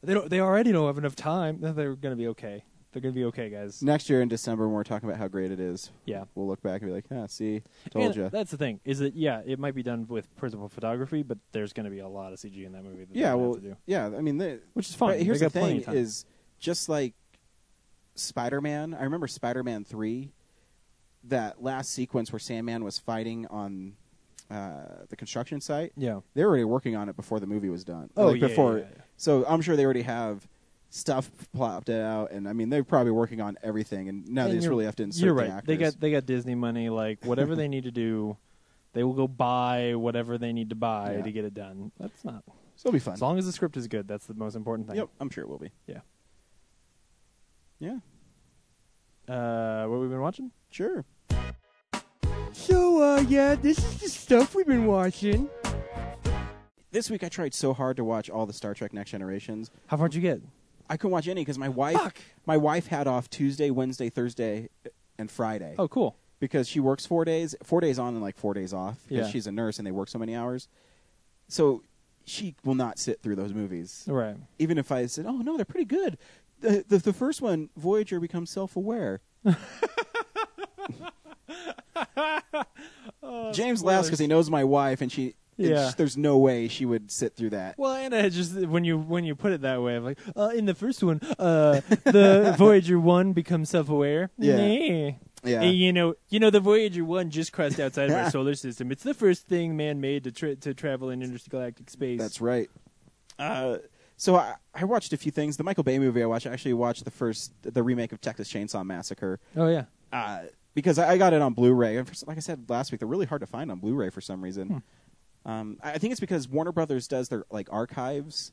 Speaker 3: they don't they already don't have enough time. No, They're gonna be okay. They're gonna be okay, guys.
Speaker 1: Next year in December, when we're talking about how great it is,
Speaker 3: Yeah.
Speaker 1: we'll look back and be like, "Ah, see, told
Speaker 3: And
Speaker 1: you."
Speaker 3: That's the thing. Is that yeah, it might be done with principal photography, but there's going to be a lot of CG in that movie. That
Speaker 1: Yeah,
Speaker 3: they
Speaker 1: well,
Speaker 3: have to do.
Speaker 1: yeah. I mean, they,
Speaker 3: Which is fine.
Speaker 1: But here's
Speaker 3: They
Speaker 1: the
Speaker 3: got plenty
Speaker 1: thing:
Speaker 3: of time.
Speaker 1: is just like Spider-Man. I remember Spider-Man three, that last sequence where Sandman was fighting on uh, the construction site.
Speaker 3: yeah,
Speaker 1: They were already working on it before the movie was done.
Speaker 3: Oh,
Speaker 1: Like,
Speaker 3: yeah,
Speaker 1: before.
Speaker 3: yeah, yeah.
Speaker 1: So I'm sure they already have stuff plopped out, and I mean they're probably working on everything, and now
Speaker 3: And
Speaker 1: they just
Speaker 3: you're-
Speaker 1: really have to insert
Speaker 3: You're
Speaker 1: the
Speaker 3: right.
Speaker 1: actors.
Speaker 3: They got they got Disney money. Like whatever they need to do, they will go buy whatever they need to buy
Speaker 1: Yeah.
Speaker 3: to get it done. That's not
Speaker 1: so it'll be fun.
Speaker 3: as long as the script is good. That's the most important thing.
Speaker 1: Yep, I'm sure it will be.
Speaker 3: Yeah.
Speaker 1: Yeah,
Speaker 3: Uh, what we've been watching?
Speaker 1: sure.
Speaker 4: So, uh, yeah, this is the stuff we've been watching.
Speaker 1: This week I tried so hard to watch all the Star Trek Next Generations.
Speaker 3: How far'd you get?
Speaker 1: I couldn't watch any because my wife
Speaker 3: Fuck.
Speaker 1: my wife had off Tuesday, Wednesday, Thursday, and Friday
Speaker 3: Oh, cool.
Speaker 1: because she works four days, four days on and like four days off because
Speaker 3: Yeah.
Speaker 1: she's a nurse and they work so many hours. So she will not sit through those movies,
Speaker 3: Right.
Speaker 1: even if I said, "Oh no, they're pretty good." The the, the first one, Voyager, becomes self aware. James laughs because he knows my wife, and she. and
Speaker 3: Oh, Yeah.
Speaker 1: sh- there's no way she would sit through that.
Speaker 3: Well, and I just when you when you put it that way, I'm like, uh, in the first one, uh, the Voyager one becomes self-aware.
Speaker 1: Yeah.
Speaker 3: Nay.
Speaker 1: Yeah.
Speaker 3: And you know, you know, the Voyager one just crossed outside of our solar system. It's the first thing man made to tra- to travel in intergalactic space.
Speaker 1: That's right. Uh, so I, I watched a few things. The Michael Bay movie I watched, I actually watched the first, the remake of Texas Chainsaw Massacre
Speaker 3: Oh yeah.
Speaker 1: uh, because I, I got it on Blu-ray. And for, s- like I said last week, they're really hard to find on Blu-ray for some reason. Um, I I think it's because Warner Brothers does their like archives.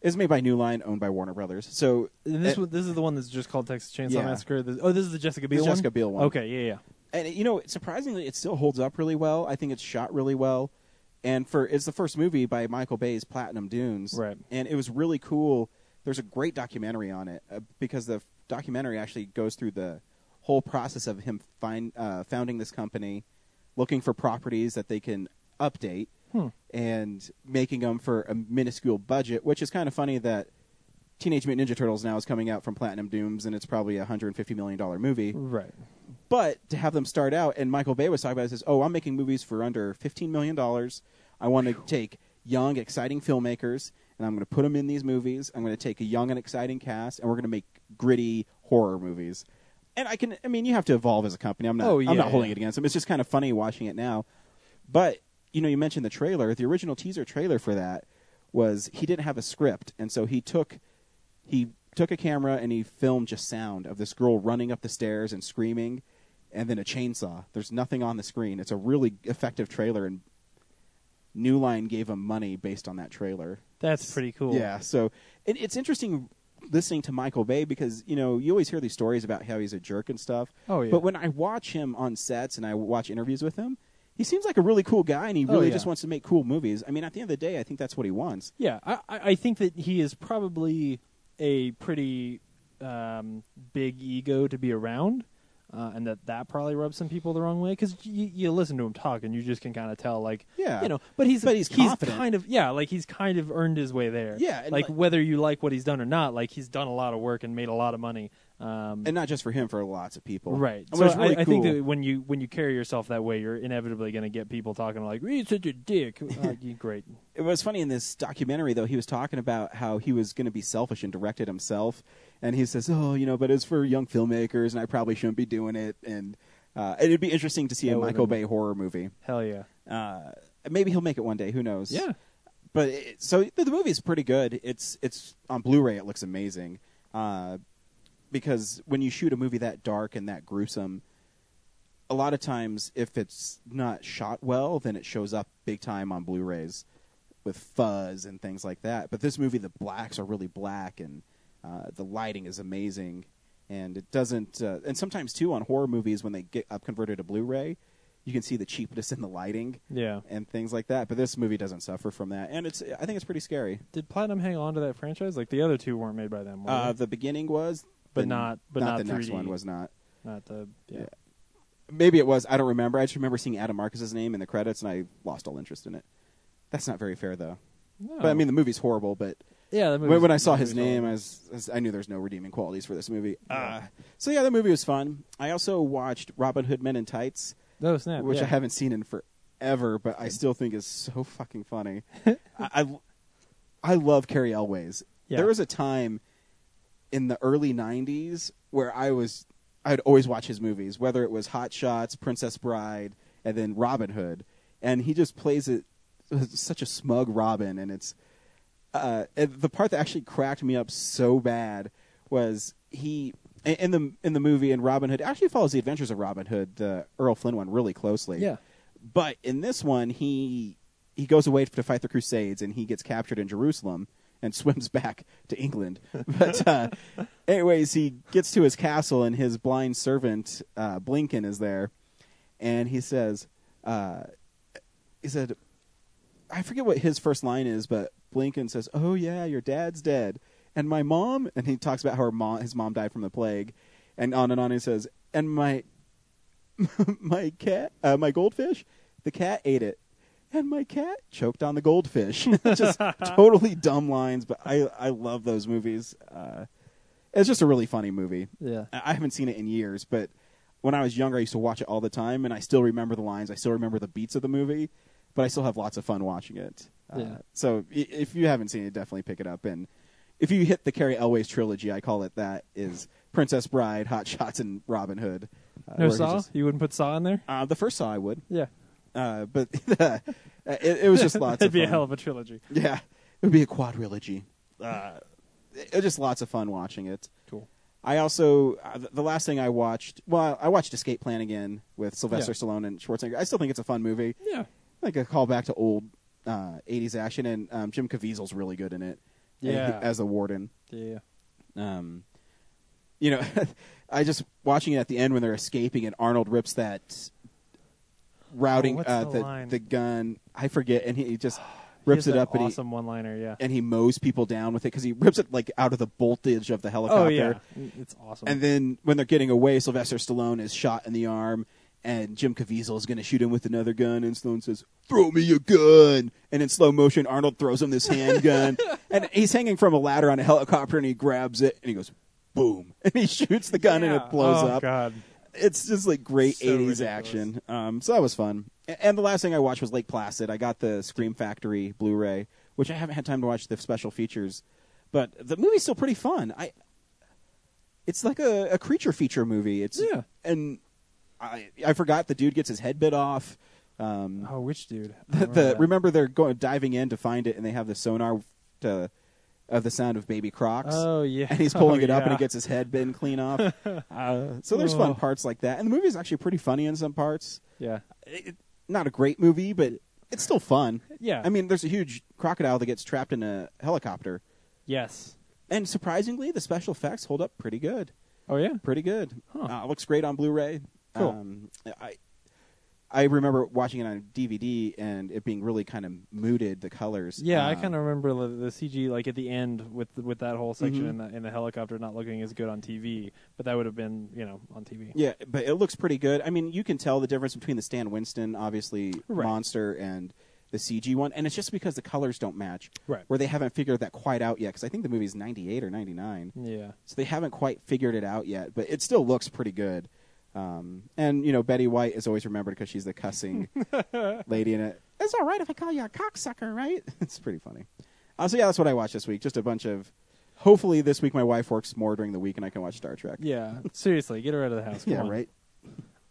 Speaker 1: It's made by New Line, owned by Warner Brothers. So
Speaker 3: And this
Speaker 1: it-
Speaker 3: one, this is the one that's just called Texas Chainsaw
Speaker 1: Eh. Yeah.
Speaker 3: Massacre. This, oh, this is the Jessica Biel
Speaker 1: This
Speaker 3: one.
Speaker 1: Jessica Biel one.
Speaker 3: Okay, yeah, yeah.
Speaker 1: and you know, surprisingly, it still holds up really well. I think it's shot really well, and for it's the first movie by Michael Bay's Platinum Dunes,
Speaker 3: Right.
Speaker 1: And it was really cool. There's a great documentary on it uh, because the documentary actually goes through the whole process of him find uh, founding this company, looking for properties that they can update, and making them for a minuscule budget, which is kind of funny that. Teenage Mutant Ninja Turtles now is coming out from Platinum Dunes, and it's probably a hundred and fifty million dollar movie
Speaker 3: Right.
Speaker 1: but to have them start out and michael bay was talking about it, says oh i'm making movies for under 15 million dollars i want to take young exciting filmmakers and i'm going to put them in these movies i'm going to take a young and exciting cast and we're going to make gritty horror movies and i can i mean you have to evolve as a company i'm not
Speaker 3: Oh,
Speaker 1: i'm
Speaker 3: yeah,
Speaker 1: not holding
Speaker 3: yeah.
Speaker 1: it against them it's just kind of funny watching it now but you know you mentioned the trailer the original teaser trailer for that was he didn't have a script and so he took he took a camera and he filmed just sound of this girl running up the stairs and screaming and then a chainsaw. There's nothing on the screen. It's a really effective trailer, and New Line gave him money based on that trailer.
Speaker 3: That's pretty cool.
Speaker 1: Yeah, so it, it's interesting listening to Michael Bay because you know you always hear these stories about how he's a jerk and stuff.
Speaker 3: Oh, yeah.
Speaker 1: But when I watch him on sets and I watch interviews with him, he seems like a really cool guy, and he
Speaker 3: Oh,
Speaker 1: really
Speaker 3: yeah.
Speaker 1: just wants to make cool movies. I mean, at the end of the day, I think that's what he wants.
Speaker 3: Yeah, I, I I think that he is probably a pretty um, big ego to be around, uh, and that that probably rubs some people the wrong way because you, you listen to him talk and you just can kind of tell, like,
Speaker 1: Yeah.
Speaker 3: you know. But he's
Speaker 1: But he's confident.
Speaker 3: kind of yeah, like he's kind of earned his way there.
Speaker 1: Yeah, and
Speaker 3: like,
Speaker 1: like-
Speaker 3: whether you like what he's done or not, like he's done a lot of work and made a lot of money. Um,
Speaker 1: And not just for him, for lots of people.
Speaker 3: Right.
Speaker 1: And
Speaker 3: so
Speaker 1: what's really
Speaker 3: I, I think
Speaker 1: cool-
Speaker 3: that when you when you carry yourself that way, you're inevitably going to get people talking like, "He's such a dick." Uh, you- great.
Speaker 1: it was funny in this documentary though he was talking about how he was going to be selfish and direct it himself and he says oh you know but it's for young filmmakers and i probably shouldn't be doing it and uh, it'd be interesting to see a
Speaker 3: That would've
Speaker 1: michael
Speaker 3: been-
Speaker 1: bay horror movie
Speaker 3: Hell yeah.
Speaker 1: uh, maybe he'll make it one day who knows
Speaker 3: Yeah.
Speaker 1: but it, so the, the movie's pretty good it's it's on blu-ray it looks amazing uh, because when you shoot a movie that dark and that gruesome a lot of times if it's not shot well then it shows up big time on blu-rays with fuzz and things like that but this movie the blacks are really black and uh, the lighting is amazing and it doesn't uh, and sometimes too on horror movies when they get up converted to blu-ray you can see the cheapness in the lighting
Speaker 3: Yeah.
Speaker 1: and things like that but this movie doesn't suffer from that and it's i think it's pretty scary
Speaker 3: Did Platinum hang on to that franchise? Like the other two weren't made by them, were
Speaker 1: uh,
Speaker 3: they?
Speaker 1: the beginning was
Speaker 3: Uh-huh. But
Speaker 1: the-
Speaker 3: not- but not
Speaker 1: the next
Speaker 3: 3D.
Speaker 1: one was not
Speaker 3: not the yeah.
Speaker 1: yeah. maybe it was. I don't remember. I just remember seeing Adam Marcus's name in the credits, and I lost all interest in it. That's not very fair, though.
Speaker 3: No.
Speaker 1: But I mean, the movie's horrible. But
Speaker 3: yeah, that movie
Speaker 1: when,
Speaker 3: was-
Speaker 1: when I saw
Speaker 3: that
Speaker 1: his
Speaker 3: movie was
Speaker 1: name,
Speaker 3: awful.
Speaker 1: I, was, I was- I knew there's no redeeming qualities for this movie.
Speaker 3: Oh.
Speaker 1: Uh, so yeah, the movie was fun. I also watched Robin Hood Men in Tights,
Speaker 3: oh snap,
Speaker 1: which
Speaker 3: yeah.
Speaker 1: I haven't seen in forever, but I still think is so fucking funny. I, I I love Carrie Elways.
Speaker 3: Yeah.
Speaker 1: There was a time in the early '90s where I was I'd always watch his movies, whether it was Hot Shots, Princess Bride, and then Robin Hood, and he just plays it with such a smug Robin, and it's uh, and the part that actually cracked me up so bad was he in- in the in the movie in Robin Hood it actually follows the adventures of Robin Hood, the Earl Flynn one, really closely.
Speaker 3: Yeah.
Speaker 1: But in this one, he he goes away to fight the Crusades, and he gets captured in Jerusalem and swims back to England. But uh, anyways, he gets to his castle, and his blind servant uh, Blinken is there, and he says, uh, he said, I forget what his first line is, but Blinken says, "Oh yeah, your dad's dead, and my mom." And he talks about how her mom, his mom died from the plague, and on and on. He says, "And my my cat, uh, my goldfish, the cat ate it, and my cat choked on the goldfish." just totally dumb lines, but I I love those movies. Uh, it's just a really funny movie.
Speaker 3: yeah.
Speaker 1: I I haven't seen it in years, but when I was younger, I used to watch it all the time, and I still remember the lines. I still remember the beats of the movie, but I still have lots of fun watching it. Uh,
Speaker 3: Yeah.
Speaker 1: so i- if you haven't seen it, definitely pick it up. And if you hit the Carrie Elways trilogy, I call it that, is Princess Bride, Hot Shots, and Robin Hood. Uh,
Speaker 3: No
Speaker 1: where he
Speaker 3: saw?
Speaker 1: just-
Speaker 3: You wouldn't put saw in there?
Speaker 1: uh, the first saw I would,
Speaker 3: Yeah.
Speaker 1: uh, but uh, it, it was just lots
Speaker 3: That'd
Speaker 1: of
Speaker 3: be
Speaker 1: fun.
Speaker 3: a hell of a trilogy.
Speaker 1: Yeah, it would be a quadrilogy. Uh, it, it was just lots of fun watching it.
Speaker 3: Cool.
Speaker 1: I also uh, th- the last thing I watched. Well, I watched Escape Plan again with Sylvester
Speaker 3: Yeah.
Speaker 1: Stallone and Schwarzenegger. I still think it's a fun movie,
Speaker 3: Yeah.
Speaker 1: like a callback to old uh, '80s action, and um, Jim Caviezel's really good in it. And he-
Speaker 3: Yeah.
Speaker 1: as the warden.
Speaker 3: Yeah.
Speaker 1: Um, you know, I just watching it at the end when they're escaping, and Arnold rips that routing
Speaker 3: Oh, what's
Speaker 1: uh,
Speaker 3: the
Speaker 1: the,
Speaker 3: line?
Speaker 1: the gun. I forget, and he, he just rips
Speaker 3: He has
Speaker 1: it
Speaker 3: that
Speaker 1: up, and he
Speaker 3: Awesome one liner, yeah.
Speaker 1: and he mows people down with it because he rips it like out of the voltage of the helicopter.
Speaker 3: oh yeah. It's awesome.
Speaker 1: And then when they're getting away, Sylvester Stallone is shot in the arm, and Jim Caviezel is going to shoot him with another gun. And Stallone says, "Throw me your gun!" And in slow motion, Arnold throws him this handgun, and he's hanging from a ladder on a helicopter, and he grabs it, and he goes, "Boom!" And he shoots the gun, and
Speaker 3: Yeah.
Speaker 1: it blows
Speaker 3: oh,
Speaker 1: up
Speaker 3: God.
Speaker 1: it's just like great
Speaker 3: So
Speaker 1: 80s
Speaker 3: ridiculous.
Speaker 1: action. Um, so that was fun. A- And the last thing I watched was Lake Placid. I got the Scream Factory Blu ray, which I haven't had time to watch the special features, but the movie's still pretty fun. I. It's like a, a creature feature movie. It's
Speaker 3: Yeah.
Speaker 1: and I I forgot the dude gets his head bit off. Um,
Speaker 3: Oh, which dude?
Speaker 1: the,
Speaker 3: I don't
Speaker 1: remember, the,
Speaker 3: that.
Speaker 1: remember they're going diving in to find it, and they have the sonar to of the sound of baby crocs.
Speaker 3: Oh yeah.
Speaker 1: and he's pulling
Speaker 3: Oh,
Speaker 1: it up and
Speaker 3: yeah.
Speaker 1: he gets his head been clean off.
Speaker 3: Uh,
Speaker 1: So there's fun
Speaker 3: oh,
Speaker 1: parts like that. And the movie is actually pretty funny in some parts.
Speaker 3: Yeah.
Speaker 1: Not a great movie, but it's still fun.
Speaker 3: Yeah.
Speaker 1: I mean, there's a huge crocodile that gets trapped in a helicopter.
Speaker 3: Yes.
Speaker 1: And surprisingly, the special effects hold up pretty good.
Speaker 3: Oh yeah.
Speaker 1: Pretty good.
Speaker 3: Huh.
Speaker 1: Uh, it looks great on Blu-ray.
Speaker 3: Cool.
Speaker 1: Um, I I remember watching it on DVD and it being really kind of muted the colors.
Speaker 3: Yeah, I
Speaker 1: Um,
Speaker 3: kind of remember the, the CG like at the end with with that whole section
Speaker 1: Mhm.
Speaker 3: in the in the helicopter not looking as good on TV, but that would have been you know on TV.
Speaker 1: Yeah, but it looks pretty good. I mean, you can tell the difference between the Stan Winston, obviously
Speaker 3: Right.
Speaker 1: monster, and the CG one, and it's just because the colors don't match,
Speaker 3: Right.
Speaker 1: where they haven't figured that quite out yet. Because I think the movie's ninety eight or ninety nine,
Speaker 3: Yeah.
Speaker 1: so they haven't quite figured it out yet. But it still looks pretty good. Um, and you know, Betty White is always remembered because she's the cussing lady in it. It's all right if I call you a cocksucker, right? it's pretty funny. Uh, so yeah, that's what I watched this week. Just a bunch of. Hopefully, this week my wife works more during the week and I can watch Star Trek.
Speaker 3: Yeah. Seriously, get her out of the house. Come
Speaker 1: yeah,
Speaker 3: on.
Speaker 1: right.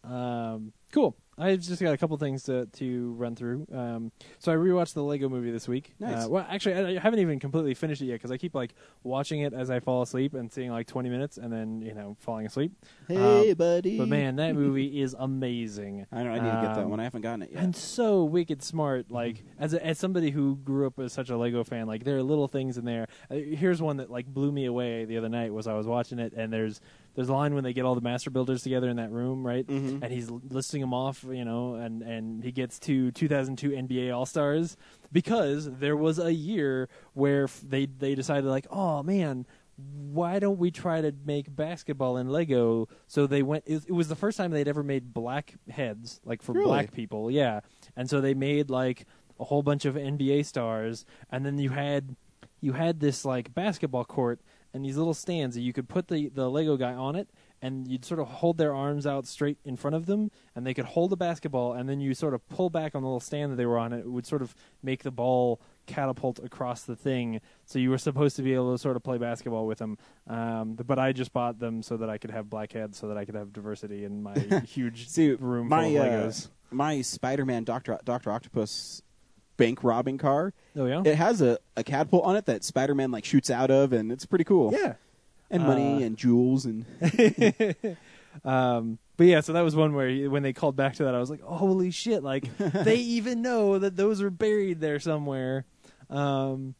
Speaker 3: Um, cool. I've just got a couple things to, to run through. Um, so I rewatched the Lego Movie this week.
Speaker 1: Nice.
Speaker 3: Uh, well, actually, I, I haven't even completely finished it yet because I keep like watching it as I fall asleep and seeing like 20 minutes and then you know falling asleep.
Speaker 1: Hey,
Speaker 3: Um,
Speaker 1: buddy.
Speaker 3: But man, that movie is amazing.
Speaker 1: I know. I need to get that
Speaker 3: Um,
Speaker 1: one. I haven't gotten it yet.
Speaker 3: and so wicked smart. Like as a, as somebody who grew up as such a Lego fan, like there are little things in there. Uh, Here's one that like blew me away the other night was I was watching it and there's there's a line when they get all the master builders together in that room, right?
Speaker 1: Mhm.
Speaker 3: And he's l- listing them off, you know, and and he gets to 2002 NBA All Stars because there was a year where f- they they decided like, oh man. Why don't we try to make basketball in Lego? So they went. It it was the first time they'd ever made black heads, like for
Speaker 1: Really?
Speaker 3: black people. Yeah, and so they made like a whole bunch of NBA stars, and then you had you had this like basketball court and these little stands that you could put the the Lego guy on it, and you'd sort of hold their arms out straight in front of them, and they could hold the basketball, and then you sort of pull back on the little stand that they were on. and It would sort of make the ball catapult across the thing so you were supposed to be able to sort of play basketball with them um, but i just bought them so that i could have blackheads so that i could have diversity in my huge
Speaker 1: See,
Speaker 3: room
Speaker 1: my
Speaker 3: full
Speaker 1: uh,
Speaker 3: of legos
Speaker 1: my Spider-Man Doctor Doctor Octopus bank robbing car.
Speaker 3: Oh yeah.
Speaker 1: It has a, a catapult on it that Spider-Man like shoots out of, and it's pretty cool.
Speaker 3: yeah.
Speaker 1: and money
Speaker 3: Uh,
Speaker 1: and jewels and
Speaker 3: Um, but yeah, so that was one where he- when they called back to that, I was like, holy shit! Like they even know that those are buried there somewhere. Um,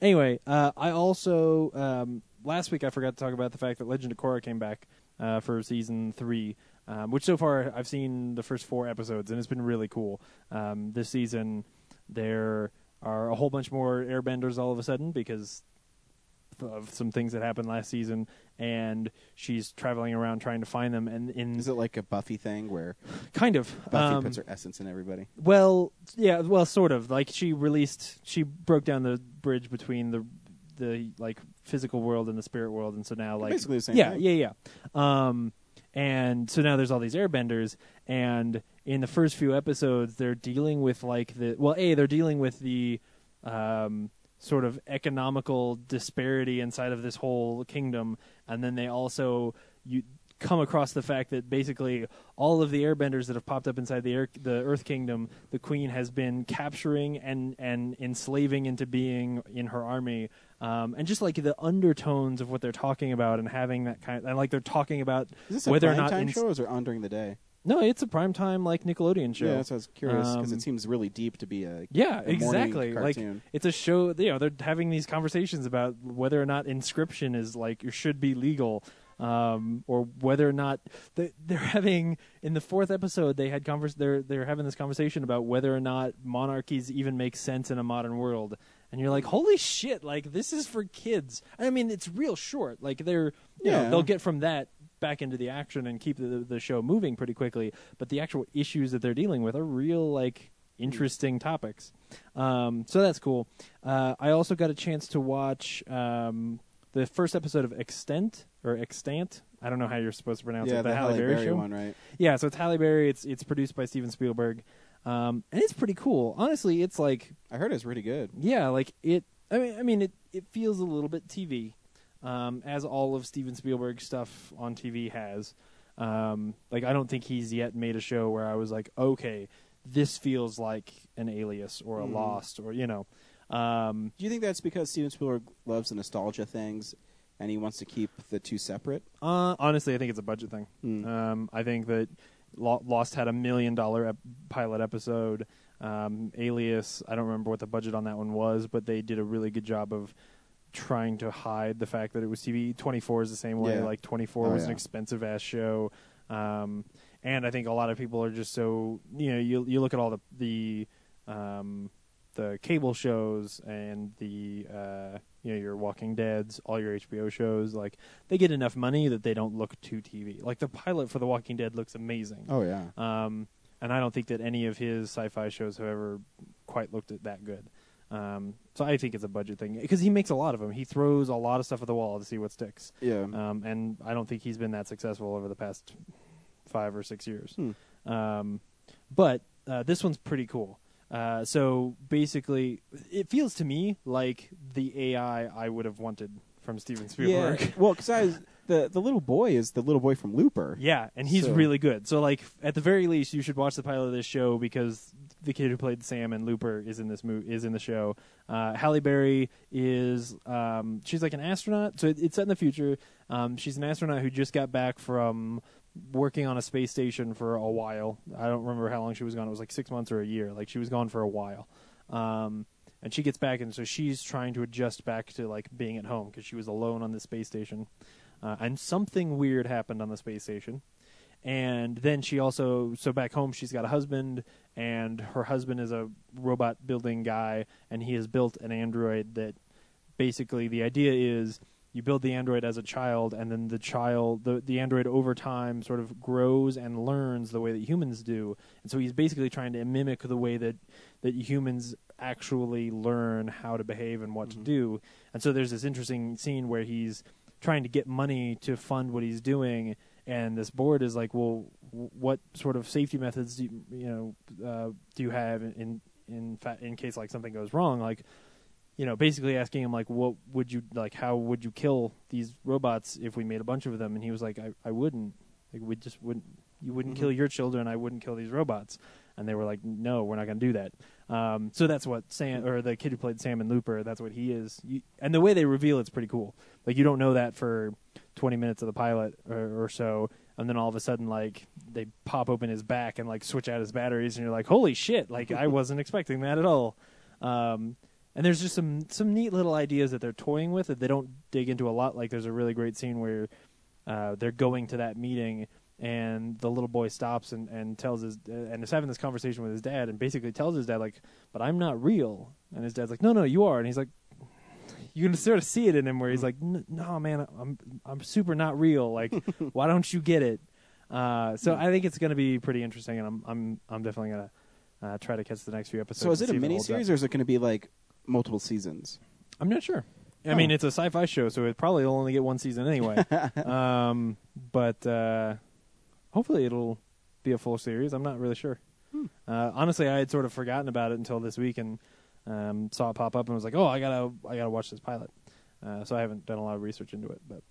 Speaker 3: anyway, uh, I also um, last week I forgot to talk about the fact that Legend of Korra came back uh, for season three. Um, which so far I've seen the first four episodes and it's been really cool. Um, this season there are a whole bunch more Airbenders all of a sudden because of some things that happened last season, and she's traveling around trying to find them. And in
Speaker 1: is it like a Buffy thing where
Speaker 3: kind of
Speaker 1: Buffy
Speaker 3: um,
Speaker 1: puts her essence in everybody?
Speaker 3: well, yeah, well, sort of. Like she released, she broke down the bridge between the the like physical world and the spirit world, and so now like
Speaker 1: Basically the same
Speaker 3: Yeah,
Speaker 1: thing.
Speaker 3: yeah, yeah. Um, and so now there's all these airbenders, and in the first few episodes, they're dealing with like the well, a they're dealing with the um sort of economical disparity inside of this whole kingdom, and then they also you come across the fact that basically all of the airbenders that have popped up inside the air, the earth kingdom the queen has been capturing and and enslaving into being in her army um, and just like the undertones of what they're talking about and having that kind and like they're talking about
Speaker 1: Is this a
Speaker 3: whether or
Speaker 1: prime
Speaker 3: not
Speaker 1: time
Speaker 3: ins-
Speaker 1: show or is it on during the day?
Speaker 3: no it's a primetime like nickelodeon show
Speaker 1: Yeah, that's what I was curious because
Speaker 3: Um,
Speaker 1: it seems really deep to be a a
Speaker 3: yeah,
Speaker 1: morning
Speaker 3: exactly. Like
Speaker 1: cartoon.
Speaker 3: it's a show. You know, they're having these conversations about whether or not inscription is like or should be legal, um, or whether or not they, they're having in the fourth episode they had convers. They're they're having this conversation about whether or not monarchies even make sense in a modern world. And you're like, holy shit! Like this is for kids. I mean, it's real short. Like they're you know,
Speaker 1: Yeah.
Speaker 3: they'll get from that back into the action and keep the, the show moving pretty quickly. But the actual issues that they're dealing with are real, like interesting topics. Um, so that's cool. Uh, I also got a chance to watch um, the first episode of Extent or Extant. I don't know how you're supposed to pronounce
Speaker 1: yeah,
Speaker 3: it.
Speaker 1: the, Halle Berry
Speaker 3: show.
Speaker 1: one, right?
Speaker 3: Yeah, so it's Halle Berry. It's it's produced by Steven Spielberg, um, and it's pretty cool. Honestly, it's like
Speaker 1: I heard it's really good.
Speaker 3: yeah, like it. I mean, I mean, it. It feels a little bit TV, um, as all of Steven Spielberg's stuff on TV has. Um, like, I don't think he's yet made a show where I was like, okay, this feels like an Alias or a Lost or you know. Um,
Speaker 1: Do you think that's because Steven Spielberg loves the nostalgia things and he wants to keep the two separate?
Speaker 3: uh, honestly, I think it's a budget thing.
Speaker 1: Mm.
Speaker 3: Um, I think that Lo- Lost had a million dollar ep- pilot episode. Um, Alias, I don't remember what the budget on that one was, but they did a really good job of trying to hide the fact that it was TV. 24 is the same way.
Speaker 1: Yeah.
Speaker 3: Like 24
Speaker 1: Oh,
Speaker 3: was an
Speaker 1: yeah.
Speaker 3: expensive ass show. Um, and I think a lot of people are just so you know you you look at all the the um, the cable shows and the uh, you know your Walking Dead's, all your HBO shows, like they get enough money that they don't look to TV. Like the pilot for The Walking Dead looks amazing.
Speaker 1: Oh yeah.
Speaker 3: Um, and I don't think that any of his sci-fi shows have ever quite looked at that good. Um, so I think it's a budget thing because he makes a lot of them. He throws a lot of stuff at the wall to see what sticks.
Speaker 1: Yeah.
Speaker 3: Um, and I don't think he's been that successful over the past five or six years.
Speaker 1: Hmm.
Speaker 3: Um, but uh, this one's pretty cool. Uh, so basically, it feels to me like the AI I would have wanted from Steven
Speaker 1: yeah.
Speaker 3: Spielberg.
Speaker 1: well, because I was, the the little boy is the little boy from Looper.
Speaker 3: Yeah, and he's
Speaker 1: So-
Speaker 3: really good. So like f- at the very least, you should watch the pilot of this show because the kid who played Sam and Looper is in this mo- is in the show. Uh, Halle Berry is um, she's like an astronaut, so it, it's set in the future. Um, she's an astronaut who just got back from working on a space station for a while. I don't remember how long she was gone. It was like six months or a year. Like she was gone for a while. Um, and she gets back, and so she's trying to adjust back to like being at home because she was alone on the space station. Uh, and something weird happened on the space station. And then she also, so back home, she's got a husband, and her husband is a robot building guy, and he has built an android that basically the idea is you build the android as a child, and then the child, the, the android over time sort of grows and learns the way that humans do. And so he's basically trying to mimic the way that, that humans actually learn how to behave and what to do. And so there's this interesting scene where he's trying to get money to fund what he's doing and this board is like well w- what sort of safety methods do you, you know uh, do you have in in in, fa- in case like something goes wrong like you know basically asking him like what would you like how would you kill these robots if we made a bunch of them and he was like i, I wouldn't like we just wouldn't you wouldn't kill your children i wouldn't kill these robots and they were like no we're not going to do that um, so that's what sam or the kid who played sam and looper that's what he is you, and the way they reveal it's pretty cool like you don't know that for 20 minutes of the pilot or, or so and then all of a sudden like they pop open his back and like switch out his batteries and you're like holy shit like i wasn't expecting that at all um, and there's just some some neat little ideas that they're toying with that they don't dig into a lot like there's a really great scene where uh, they're going to that meeting and the little boy stops and, and tells his and is having this conversation with his dad and basically tells his dad like but i'm not real and his dad's like no no you are and he's like you can sort of see it in him where he's like,
Speaker 1: Mm-hmm.
Speaker 3: "N- "No, man, I'm I'm super not real. Like, why don't you get it?" Uh, so
Speaker 1: Mm-hmm.
Speaker 3: I think it's going to be pretty interesting, and I'm I'm I'm definitely going to uh, try to catch the next few episodes.
Speaker 1: So is
Speaker 3: and
Speaker 1: it a
Speaker 3: see if
Speaker 1: mini
Speaker 3: holds up.
Speaker 1: series or is it going to be like multiple seasons?
Speaker 3: I'm not sure. I
Speaker 1: Oh.
Speaker 3: mean, it's a sci-fi show, so it probably will only get one season anyway. um, but uh, hopefully, it'll be a full series. I'm not really sure.
Speaker 1: Hmm.
Speaker 3: Uh, honestly, I had sort of forgotten about it until this week and um, saw it pop up and was like, "Oh, I gotta, I gotta watch this pilot." Uh, so I haven't done a lot of research into it, but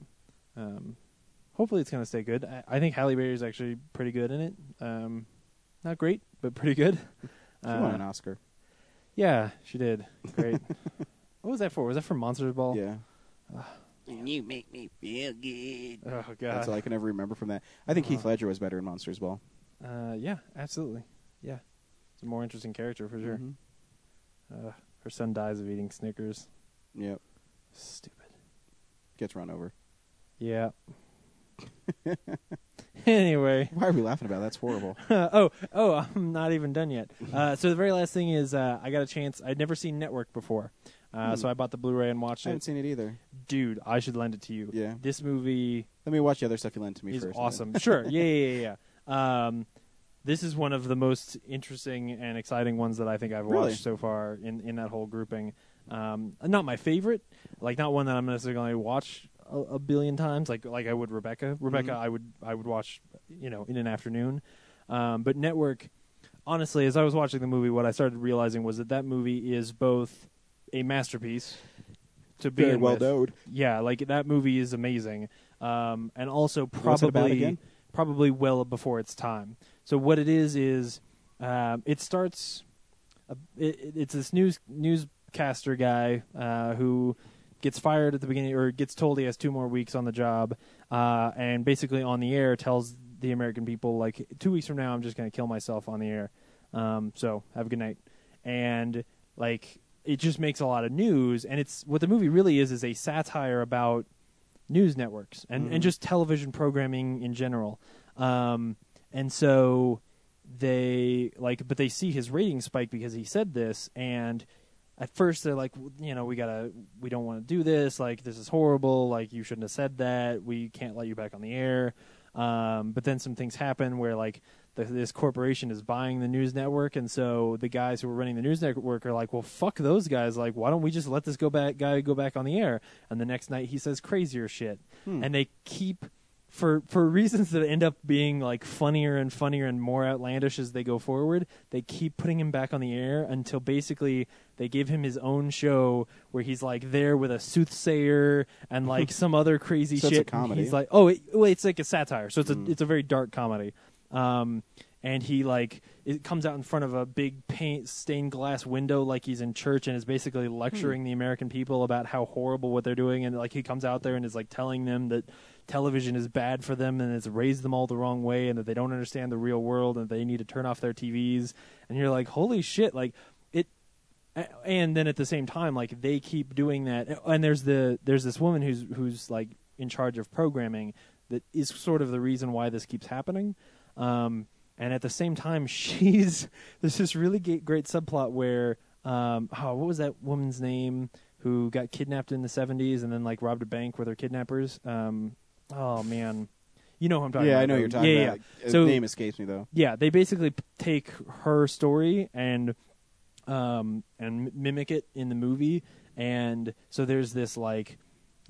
Speaker 3: um, hopefully, it's gonna stay good. I, I think Halle Berry is actually pretty good in it. Um, not great, but pretty good. Uh,
Speaker 1: She won an Oscar.
Speaker 3: Yeah, she did. Great. what was that for? Was that for Monsters Ball?
Speaker 1: Yeah.
Speaker 2: You make me feel good.
Speaker 3: Oh god.
Speaker 1: That's all I can ever remember from that. I think
Speaker 3: Uh-huh.
Speaker 1: Heath Ledger was better in Monsters Ball.
Speaker 3: uh, yeah, absolutely. Yeah, it's a more interesting character for sure.
Speaker 1: Mhm.
Speaker 3: Uh, her son dies of eating Snickers.
Speaker 1: Yep.
Speaker 3: Stupid.
Speaker 1: Gets run over.
Speaker 3: Yeah. anyway.
Speaker 1: Why are we laughing about? That? That's horrible.
Speaker 3: oh, oh, I'm not even done yet. Uh, so the very last thing is, uh, I got a chance. I'd never seen Network before, uh,
Speaker 1: Hmm.
Speaker 3: so I bought the Blu-ray and
Speaker 1: I
Speaker 3: watched
Speaker 1: haven't
Speaker 3: it.
Speaker 1: seen it either.
Speaker 3: Dude, I should lend it to you.
Speaker 1: Yeah.
Speaker 3: This movie
Speaker 1: Let me watch the other stuff you lent to me
Speaker 3: is
Speaker 1: first.
Speaker 3: awesome. sure. Yeah, yeah, yeah. yeah. Um, this is one of the most interesting and exciting ones that I think I've
Speaker 1: Really?
Speaker 3: watched so far in, in that whole grouping. Um, not my favorite, like not one that I'm necessarily going to watch a, a billion times, like like I would Rebecca.
Speaker 1: Mm-hmm.
Speaker 3: Rebecca, I would I would watch, you know, in an afternoon. Um, but Network, honestly, as I was watching the movie, what I started realizing was that that movie is both a masterpiece to be
Speaker 1: Very well
Speaker 3: with,
Speaker 1: known.
Speaker 3: yeah, like that movie is amazing, um, and also
Speaker 1: What's it about
Speaker 3: probably
Speaker 1: again?
Speaker 3: probably well before its time. So what it is is um, it starts. A, it, it- it's this news news caster guy uh, who gets fired at the beginning or gets told he has two more weeks on the job uh, and basically on the air tells the American people like two weeks from now I'm just going to kill myself on the air. Um, so have a good night. And like it just makes a lot of news and it's what the movie really is is a satire about news networks and, and just television programming in general. Um, and so they like, but they see his rating spike because he said this, and at first they're like, "W- you know, we gotta, we don't want to do this. Like, this is horrible. Like, you shouldn't have said that. We can't let you back on the air. Um, but then some things happen where like. The, this corporation is buying the news network, and so the guys who are running the news network are like, "Well, fuck those guys! Like, why don't we just let this go back guy go back on the air?" And the next night he says crazier shit,
Speaker 1: Hmm.
Speaker 3: and they keep for for reasons that end up being like funnier and funnier and more outlandish as they go forward, they keep putting him back on the air until basically they give him his own show where he's like there with a soothsayer and like some other crazy
Speaker 1: So it's a
Speaker 3: shit.
Speaker 1: comedy. Hmm.
Speaker 3: And he's like, oh, it, well, it's like a satire, so it's a it's a very dark comedy. Um, and he like it comes out in front of a big paint stained glass window like he's in church and is basically lecturing the American people about how horrible what they're doing and like he comes out there and is like telling them that television is bad for them and it's raised them all the wrong way and that they don't understand the real world and they need to turn off their TVs and you're like holy shit like it a- and then at the same time like they keep doing that and there's the there's this woman who's who's like in charge of programming that is sort of the reason why this keeps happening um and at the same time she's there's this really ga- great subplot where um oh, what was that woman's name who got kidnapped in the 70s and then like robbed a bank with her kidnappers um oh man you know who I'm talking
Speaker 1: yeah,
Speaker 3: about.
Speaker 1: I know
Speaker 3: though.
Speaker 1: you're talking
Speaker 3: yeah,
Speaker 1: about.
Speaker 3: Yeah.
Speaker 1: His
Speaker 3: So
Speaker 1: name escapes me though.
Speaker 3: yeah, they basically p- take her story and um and m- mimic it in the movie and so there's this like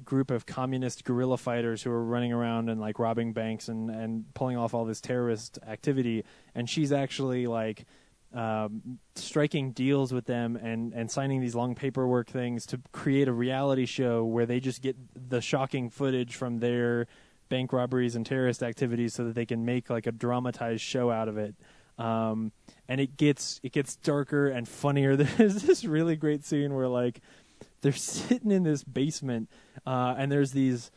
Speaker 3: group of communist guerrilla fighters who are running around and like robbing banks and and pulling off all this terrorist activity and she's actually like um, striking deals with them and, and signing these long paperwork things to create a reality show where they just get the shocking footage from their bank robberies and terrorist activities so that they can make like a dramatized show out of it. Um, and it gets it gets darker and funnier. There's this really great scene where like they're sitting in this basement uh, and there's these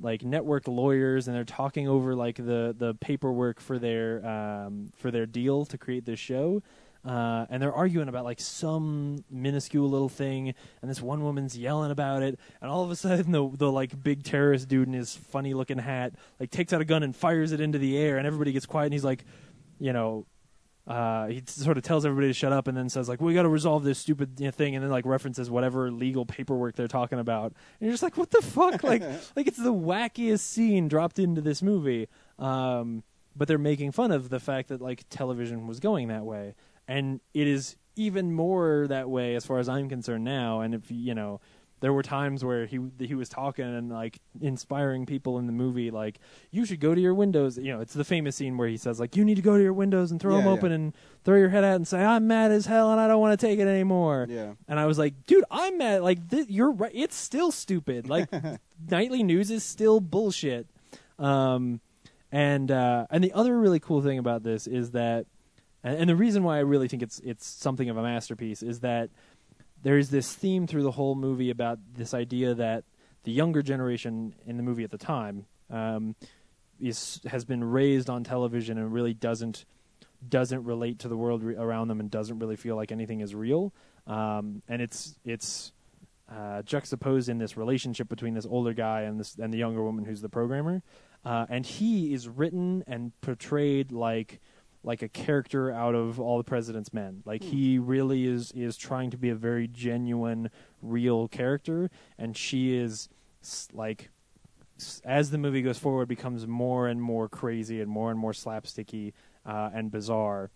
Speaker 3: like network lawyers and they're talking over like the the paperwork for their um, for their deal to create this show uh, and they're arguing about like some minuscule little thing and this one woman's yelling about it and all of a sudden the the like big terrorist dude in his funny looking hat like takes out a gun and fires it into the air and everybody gets quiet and he's like you know uh, he sort of tells everybody to shut up and then says like we got to resolve this stupid you know, thing and then like references whatever legal paperwork they're talking about and you're just like what the fuck like like it's the wackiest scene dropped into this movie um, but they're making fun of the fact that like television was going that way and it is even more that way as far as I'm concerned now and if you know there were times where he he was talking and like inspiring people in the movie like you should go to your windows you know it's the famous scene where he says like you need to go to your windows and throw
Speaker 1: Yeah,
Speaker 3: them
Speaker 1: yeah.
Speaker 3: open and throw your head out and say I'm mad as hell and I don't want to take it anymore
Speaker 1: Yeah.
Speaker 3: and I was like dude I'm mad like th- you're right it's still stupid like nightly news is still bullshit um and uh and the other really cool thing about this is that and, and the reason why I really think it's it's something of a masterpiece is that there is this theme through the whole movie about this idea that the younger generation in the movie at the time um, is has been raised on television and really doesn't doesn't relate to the world re- around them and doesn't really feel like anything is real. Um, and it's it's uh, juxtaposed in this relationship between this older guy and this and the younger woman who's the programmer. Uh, and he is written and portrayed like like a character out of all the president's men. Like he really is is trying to be a very genuine, real character, and she is s- like s- as the movie goes forward becomes more and more crazy and more and more slapsticky uh, and bizarre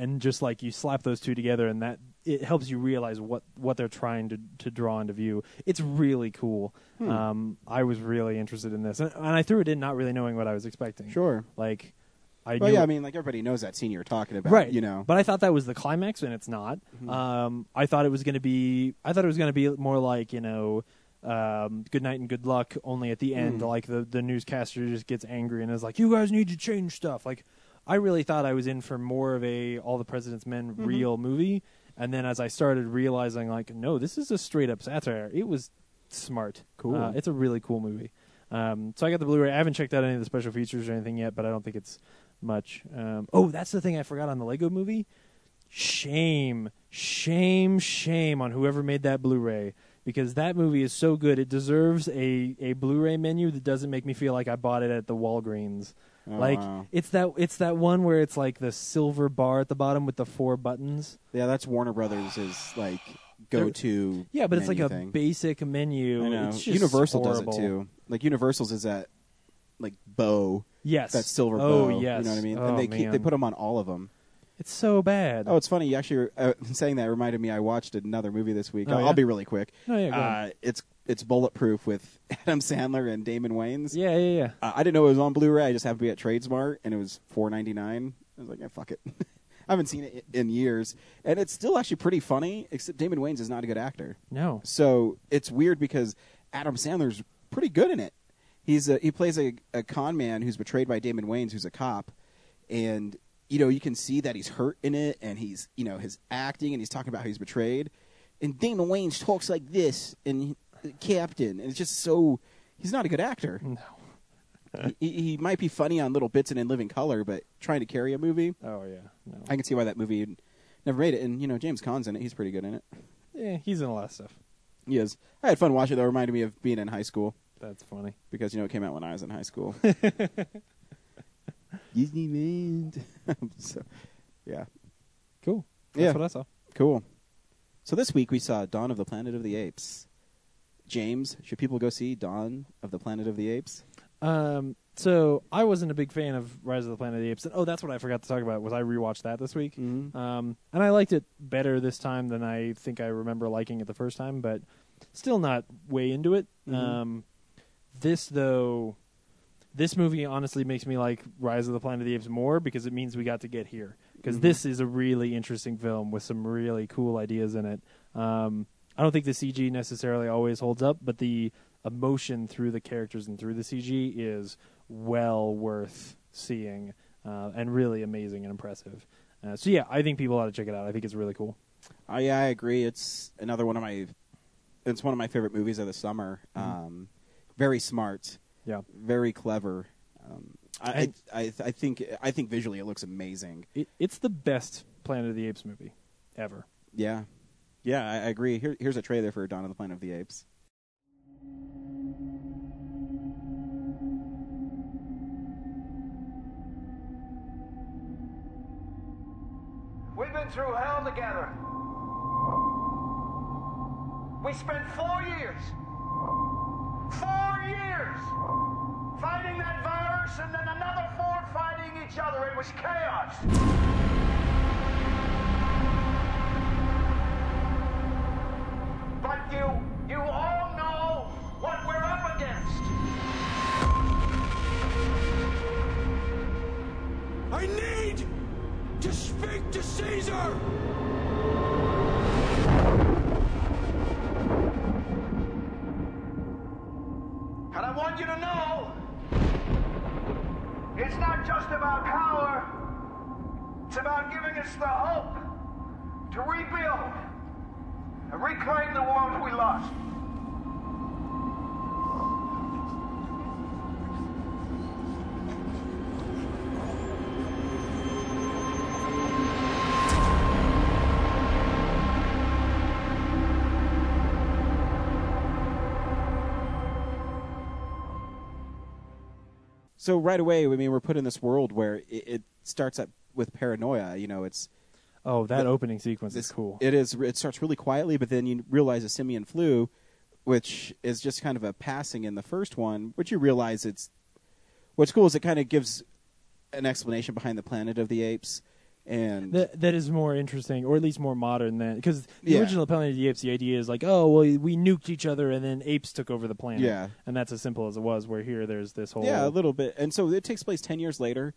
Speaker 3: and just like you slap those two together and that it helps you realize what what they're trying to to draw into view it's really cool
Speaker 1: Hmm.
Speaker 3: um i was really interested in this and, and i threw it in not really knowing what i was expecting
Speaker 1: Sure.
Speaker 3: like i
Speaker 1: Well,
Speaker 3: knew
Speaker 1: yeah, I mean, like everybody knows that scene you're talking about,
Speaker 3: right
Speaker 1: You know, Mm-hmm.
Speaker 3: but i thought that was the climax and it's not um i thought it was going to be i thought it was going to be more like you know um good night and good luck only at the end
Speaker 1: Mm.
Speaker 3: like the the newscaster just gets angry and is like you guys need to
Speaker 1: Mm-hmm.
Speaker 3: change stuff like i really thought i was in for more of a all the president's men real movie And then as I started realizing, like, no, this is a straight up satire. It was smart.
Speaker 1: Cool.
Speaker 3: Uh, it's a really cool movie. Um, so I got the Blu-ray. I haven't checked out any of the special features or anything yet, but I don't think it's much. Um, oh, that's the thing I forgot on the Lego Movie. Shame, shame, shame on whoever made that Blu-ray because that movie is so good. It deserves a a Blu-ray menu that doesn't make me feel like I bought it at the Walgreens.
Speaker 1: Oh,
Speaker 3: like
Speaker 1: wow.
Speaker 3: it's that it's that one where it's like the silver bar at the bottom with the four buttons.
Speaker 1: Yeah, that's Warner Brothers is like go to.
Speaker 3: Yeah, but it's like a
Speaker 1: thing.
Speaker 3: basic menu.
Speaker 1: I know.
Speaker 3: It's just
Speaker 1: Universal
Speaker 3: horrible.
Speaker 1: does it too. Like Universal's is that like bow
Speaker 3: Yes,
Speaker 1: that silver
Speaker 3: Oh
Speaker 1: bow.
Speaker 3: yes,
Speaker 1: you know what I mean.
Speaker 3: Oh,
Speaker 1: and they keep, they
Speaker 3: man.
Speaker 1: put them on all of them.
Speaker 3: It's so bad.
Speaker 1: Oh, it's funny. You actually uh, saying that reminded me. I watched another movie this week.
Speaker 3: Oh,
Speaker 1: I'll,
Speaker 3: yeah?
Speaker 1: I'll be really quick.
Speaker 3: Oh, yeah, go
Speaker 1: uh,
Speaker 3: ahead.
Speaker 1: it's it's bulletproof with Adam Sandler and Damon Wayans.
Speaker 3: yeah, yeah, yeah.
Speaker 1: Uh, I didn't know it was on Blu-ray. I just happened to be at Tradesmart, and it was four ninety nine. I was like, yeah, fuck it. I haven't seen it in years, and it's still actually pretty funny. Except Damon Wayans is not a good actor,
Speaker 3: No,
Speaker 1: so it's weird because Adam Sandler's pretty good in it. He's a, he plays a, a con man who's betrayed by Damon Wayans, who's a cop, and you know you can see that he's hurt in it, and he's you know his acting, and he's talking about how he's betrayed, and Damon Wayans talks like this, and he- Captain, and it's just so he's not a good actor
Speaker 3: no.
Speaker 1: he, he might be funny on little bits and in living color, but trying to carry a movie,
Speaker 3: Oh yeah, no.
Speaker 1: I can see why that movie never made it. And you know, James Caan's in it; he's pretty good in it.
Speaker 3: yeah, he's in a lot of stuff.
Speaker 1: He is. I had fun watching. it, Though it reminded me of being in high school
Speaker 3: That's funny.
Speaker 1: because you know it came out when I was in high school. Disneyland. so, yeah,
Speaker 3: Cool. That's
Speaker 1: Yeah.
Speaker 3: what I saw.
Speaker 1: cool. So this week we saw Dawn of the Planet of the Apes. James, should people go see Dawn of the Planet of the Apes?
Speaker 3: Um, so I wasn't a big fan of Rise of the Planet of the Apes. And, oh, that's what I forgot to talk about. Was I rewatched that this week?
Speaker 1: Mhm.
Speaker 3: Um, and I liked it better this time than I think I remember liking it the first time, but still not way into it.
Speaker 1: Mhm.
Speaker 3: Um, this though, this movie honestly makes me like Rise of the Planet of the Apes more because it means we got to get here. Because
Speaker 1: Mhm.
Speaker 3: this is a really interesting film with some really cool ideas in it. Um, I don't think the CG necessarily always holds up, but the emotion through the characters and through the CG is well worth seeing uh, and really amazing and impressive. Uh, so yeah, I think people ought to check it out. I think it's really cool.
Speaker 1: I Uh, I agree. It's another one of my it's one of my favorite movies of the summer. Um, very smart,
Speaker 3: Yeah,
Speaker 1: very clever. Um, I, I
Speaker 3: And-
Speaker 1: I I think I think visually it looks amazing.
Speaker 3: it, it's the best Planet of the Apes movie ever.
Speaker 1: Yeah, yeah, I, I agree. Here, here's a trailer for Dawn of the Planet of the Apes.
Speaker 6: We've been through hell together. We spent four years, four years fighting that virus and then another four fighting each other. It was chaos. But you, you all know what we're up against.
Speaker 7: I need to speak to Caesar!
Speaker 6: And I want you to know it's not just about power, it's about giving us the hope to rebuild and reclaim the world we lost.
Speaker 1: So right away, I mean, we're put in this world where it, it starts up with paranoia. You know, it's
Speaker 3: Oh, that opening sequence
Speaker 1: this
Speaker 3: is cool.
Speaker 1: It is. It starts really quietly, but then you realize a simian flu, which is just kind of a passing in the first one. Which you realize it's. What's cool is it kind of gives an explanation behind the Planet of the Apes, and
Speaker 3: That that is more interesting, or at least more modern than because the
Speaker 1: Yeah.
Speaker 3: original Planet of the Apes. The idea is like, oh, well, we nuked each other and then apes took over the planet.
Speaker 1: Yeah.
Speaker 3: and that's as simple as it was. Where here, there's this whole Mm-hmm.
Speaker 1: yeah, a little bit. And so it takes place ten years later.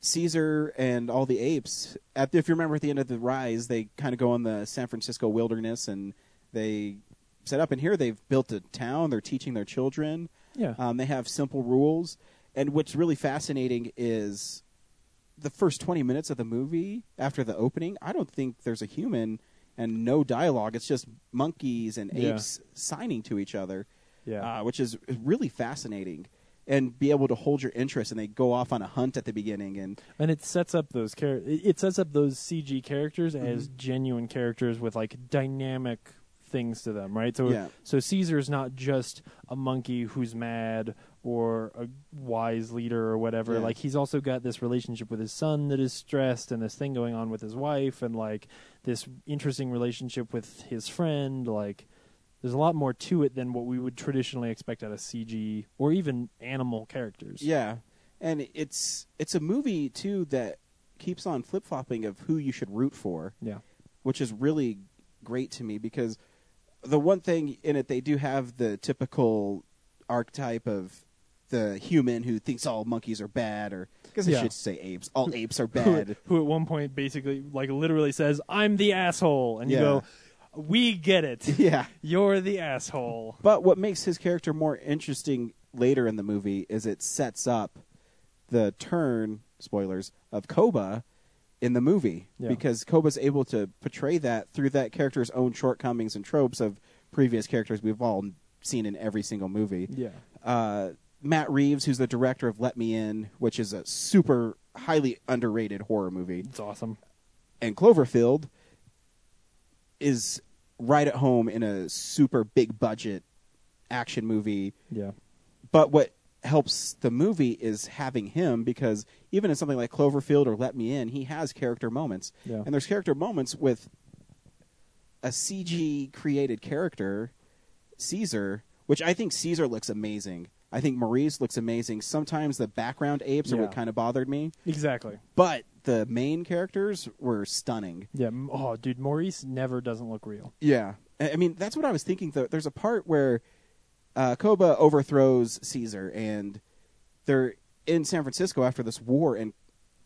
Speaker 1: Caesar and all the apes. At if you remember, at the end of the Rise, they kind of go on the San Francisco wilderness and they set up. And here they've built a town. They're teaching their children.
Speaker 3: yeah.
Speaker 1: Um, they have simple rules, and what's really fascinating is the first 20 minutes of the movie after the opening, I don't think there's a human and no dialogue. It's just monkeys and
Speaker 3: Yeah.
Speaker 1: apes signing to each other,
Speaker 3: Yeah.
Speaker 1: uh, which is really fascinating. And be able to hold your interest, and they go off on a hunt at the beginning, and
Speaker 3: and it sets up those char- it it sets up those CG characters
Speaker 1: Mm-hmm.
Speaker 3: as genuine characters with like dynamic things to them, right? So
Speaker 1: Yeah.
Speaker 3: so Caesar's not just a monkey who's mad or a wise leader or whatever.
Speaker 1: Yeah.
Speaker 3: Like he's also got this relationship with his son that is stressed and this thing going on with his wife and like this interesting relationship with his friend like there's a lot more to it than what we would traditionally expect out of CG or even animal characters.
Speaker 1: Yeah, and it's it's a movie too that keeps on flip flopping of who you should root for,
Speaker 3: Yeah.
Speaker 1: which is really great to me because the one thing in it they do have the typical archetype of the human who thinks all monkeys are bad, or I guess I
Speaker 3: Yeah.
Speaker 1: should say apes. All apes are
Speaker 3: who,
Speaker 1: bad.
Speaker 3: who at one point basically like literally says i'm the asshole and you
Speaker 1: Yeah.
Speaker 3: go we get it
Speaker 1: yeah,
Speaker 3: you're the asshole
Speaker 1: but what makes his character more interesting later in the movie is it sets up the turn spoilers of Koba in the movie
Speaker 3: Yeah.
Speaker 1: because Koba's able to portray that through that character's own shortcomings and tropes of previous characters we've all seen in every single movie.
Speaker 3: yeah
Speaker 1: Uh, Matt Reeves, who's the director of Let Me In, which is a super highly underrated horror movie,
Speaker 3: it's awesome
Speaker 1: and Cloverfield is right at home in a super big budget action movie
Speaker 3: yeah
Speaker 1: but what helps the movie is having him because even in something like Cloverfield or Let Me In, he has character moments.
Speaker 3: Yeah.
Speaker 1: And there's character moments with a CG created character, Caesar, which I think Caesar looks amazing. I think Maurice looks amazing. Sometimes the background apes are
Speaker 3: Yeah.
Speaker 1: what kind of bothered me,
Speaker 3: exactly
Speaker 1: but the main characters were stunning.
Speaker 3: yeah m- oh dude maurice never doesn't look real
Speaker 1: Yeah, I I mean that's what I was thinking. Though there's a part where uh, Koba overthrows Caesar, and they're in San Francisco after this war, and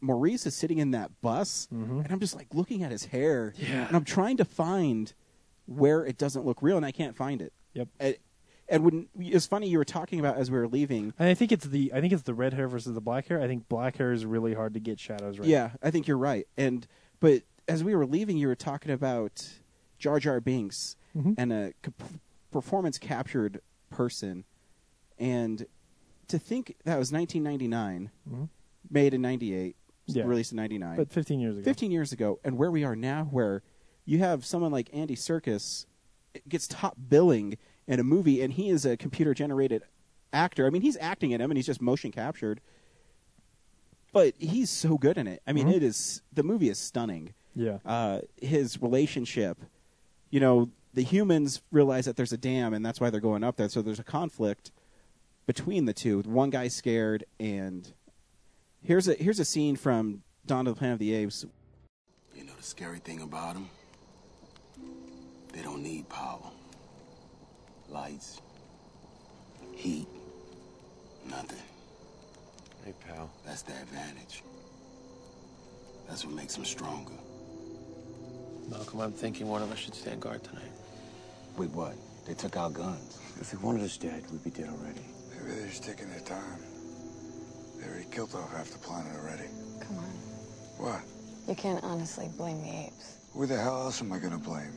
Speaker 1: Maurice is sitting in that bus, and I'm just like looking at his hair,
Speaker 3: Yeah.
Speaker 1: and I'm trying to find where it doesn't look real, and I can't find it.
Speaker 3: yep
Speaker 1: I, and when it's funny you were talking about as we were leaving.
Speaker 3: and i think it's the i think it's the red hair versus the black hair i think black hair is really hard to get shadows right
Speaker 1: Yeah, I think you're right. And but as we were leaving, you were talking about Jar Jar Binks
Speaker 3: Mm-hmm.
Speaker 1: and a comp- performance captured person, and to think that was 1999, made in '98,
Speaker 3: Yeah.
Speaker 1: released in '99,
Speaker 3: Mm-hmm. but 15 years ago
Speaker 1: 15 years ago, and where we are now, where you have someone like Andy Circus gets top billing in a movie, and he is a computer generated actor. I mean, he's acting in him, and he's just motion captured, but he's so good in it. I mean, it is the movie is stunning.
Speaker 3: yeah
Speaker 1: Uh, his relationship, you know, the humans realize that there's a dam, and that's why they're going up there. So there's a conflict between the two. One guy's scared, and here's a here's a scene from Dawn of the Planet of the Apes
Speaker 8: You know the scary thing about them? They don't need power, lights, heat, nothing.
Speaker 5: Hey, pal.
Speaker 8: That's their advantage. That's what makes them stronger.
Speaker 9: Malcolm, I'm thinking one of us should stand guard tonight.
Speaker 8: With what? They took our guns.
Speaker 9: If they wanted us dead, we'd be dead already.
Speaker 10: Maybe they're just taking their time. They already killed off half the planet already.
Speaker 11: Come on.
Speaker 10: What?
Speaker 11: You can't honestly blame the apes.
Speaker 10: Who the hell else am I gonna blame?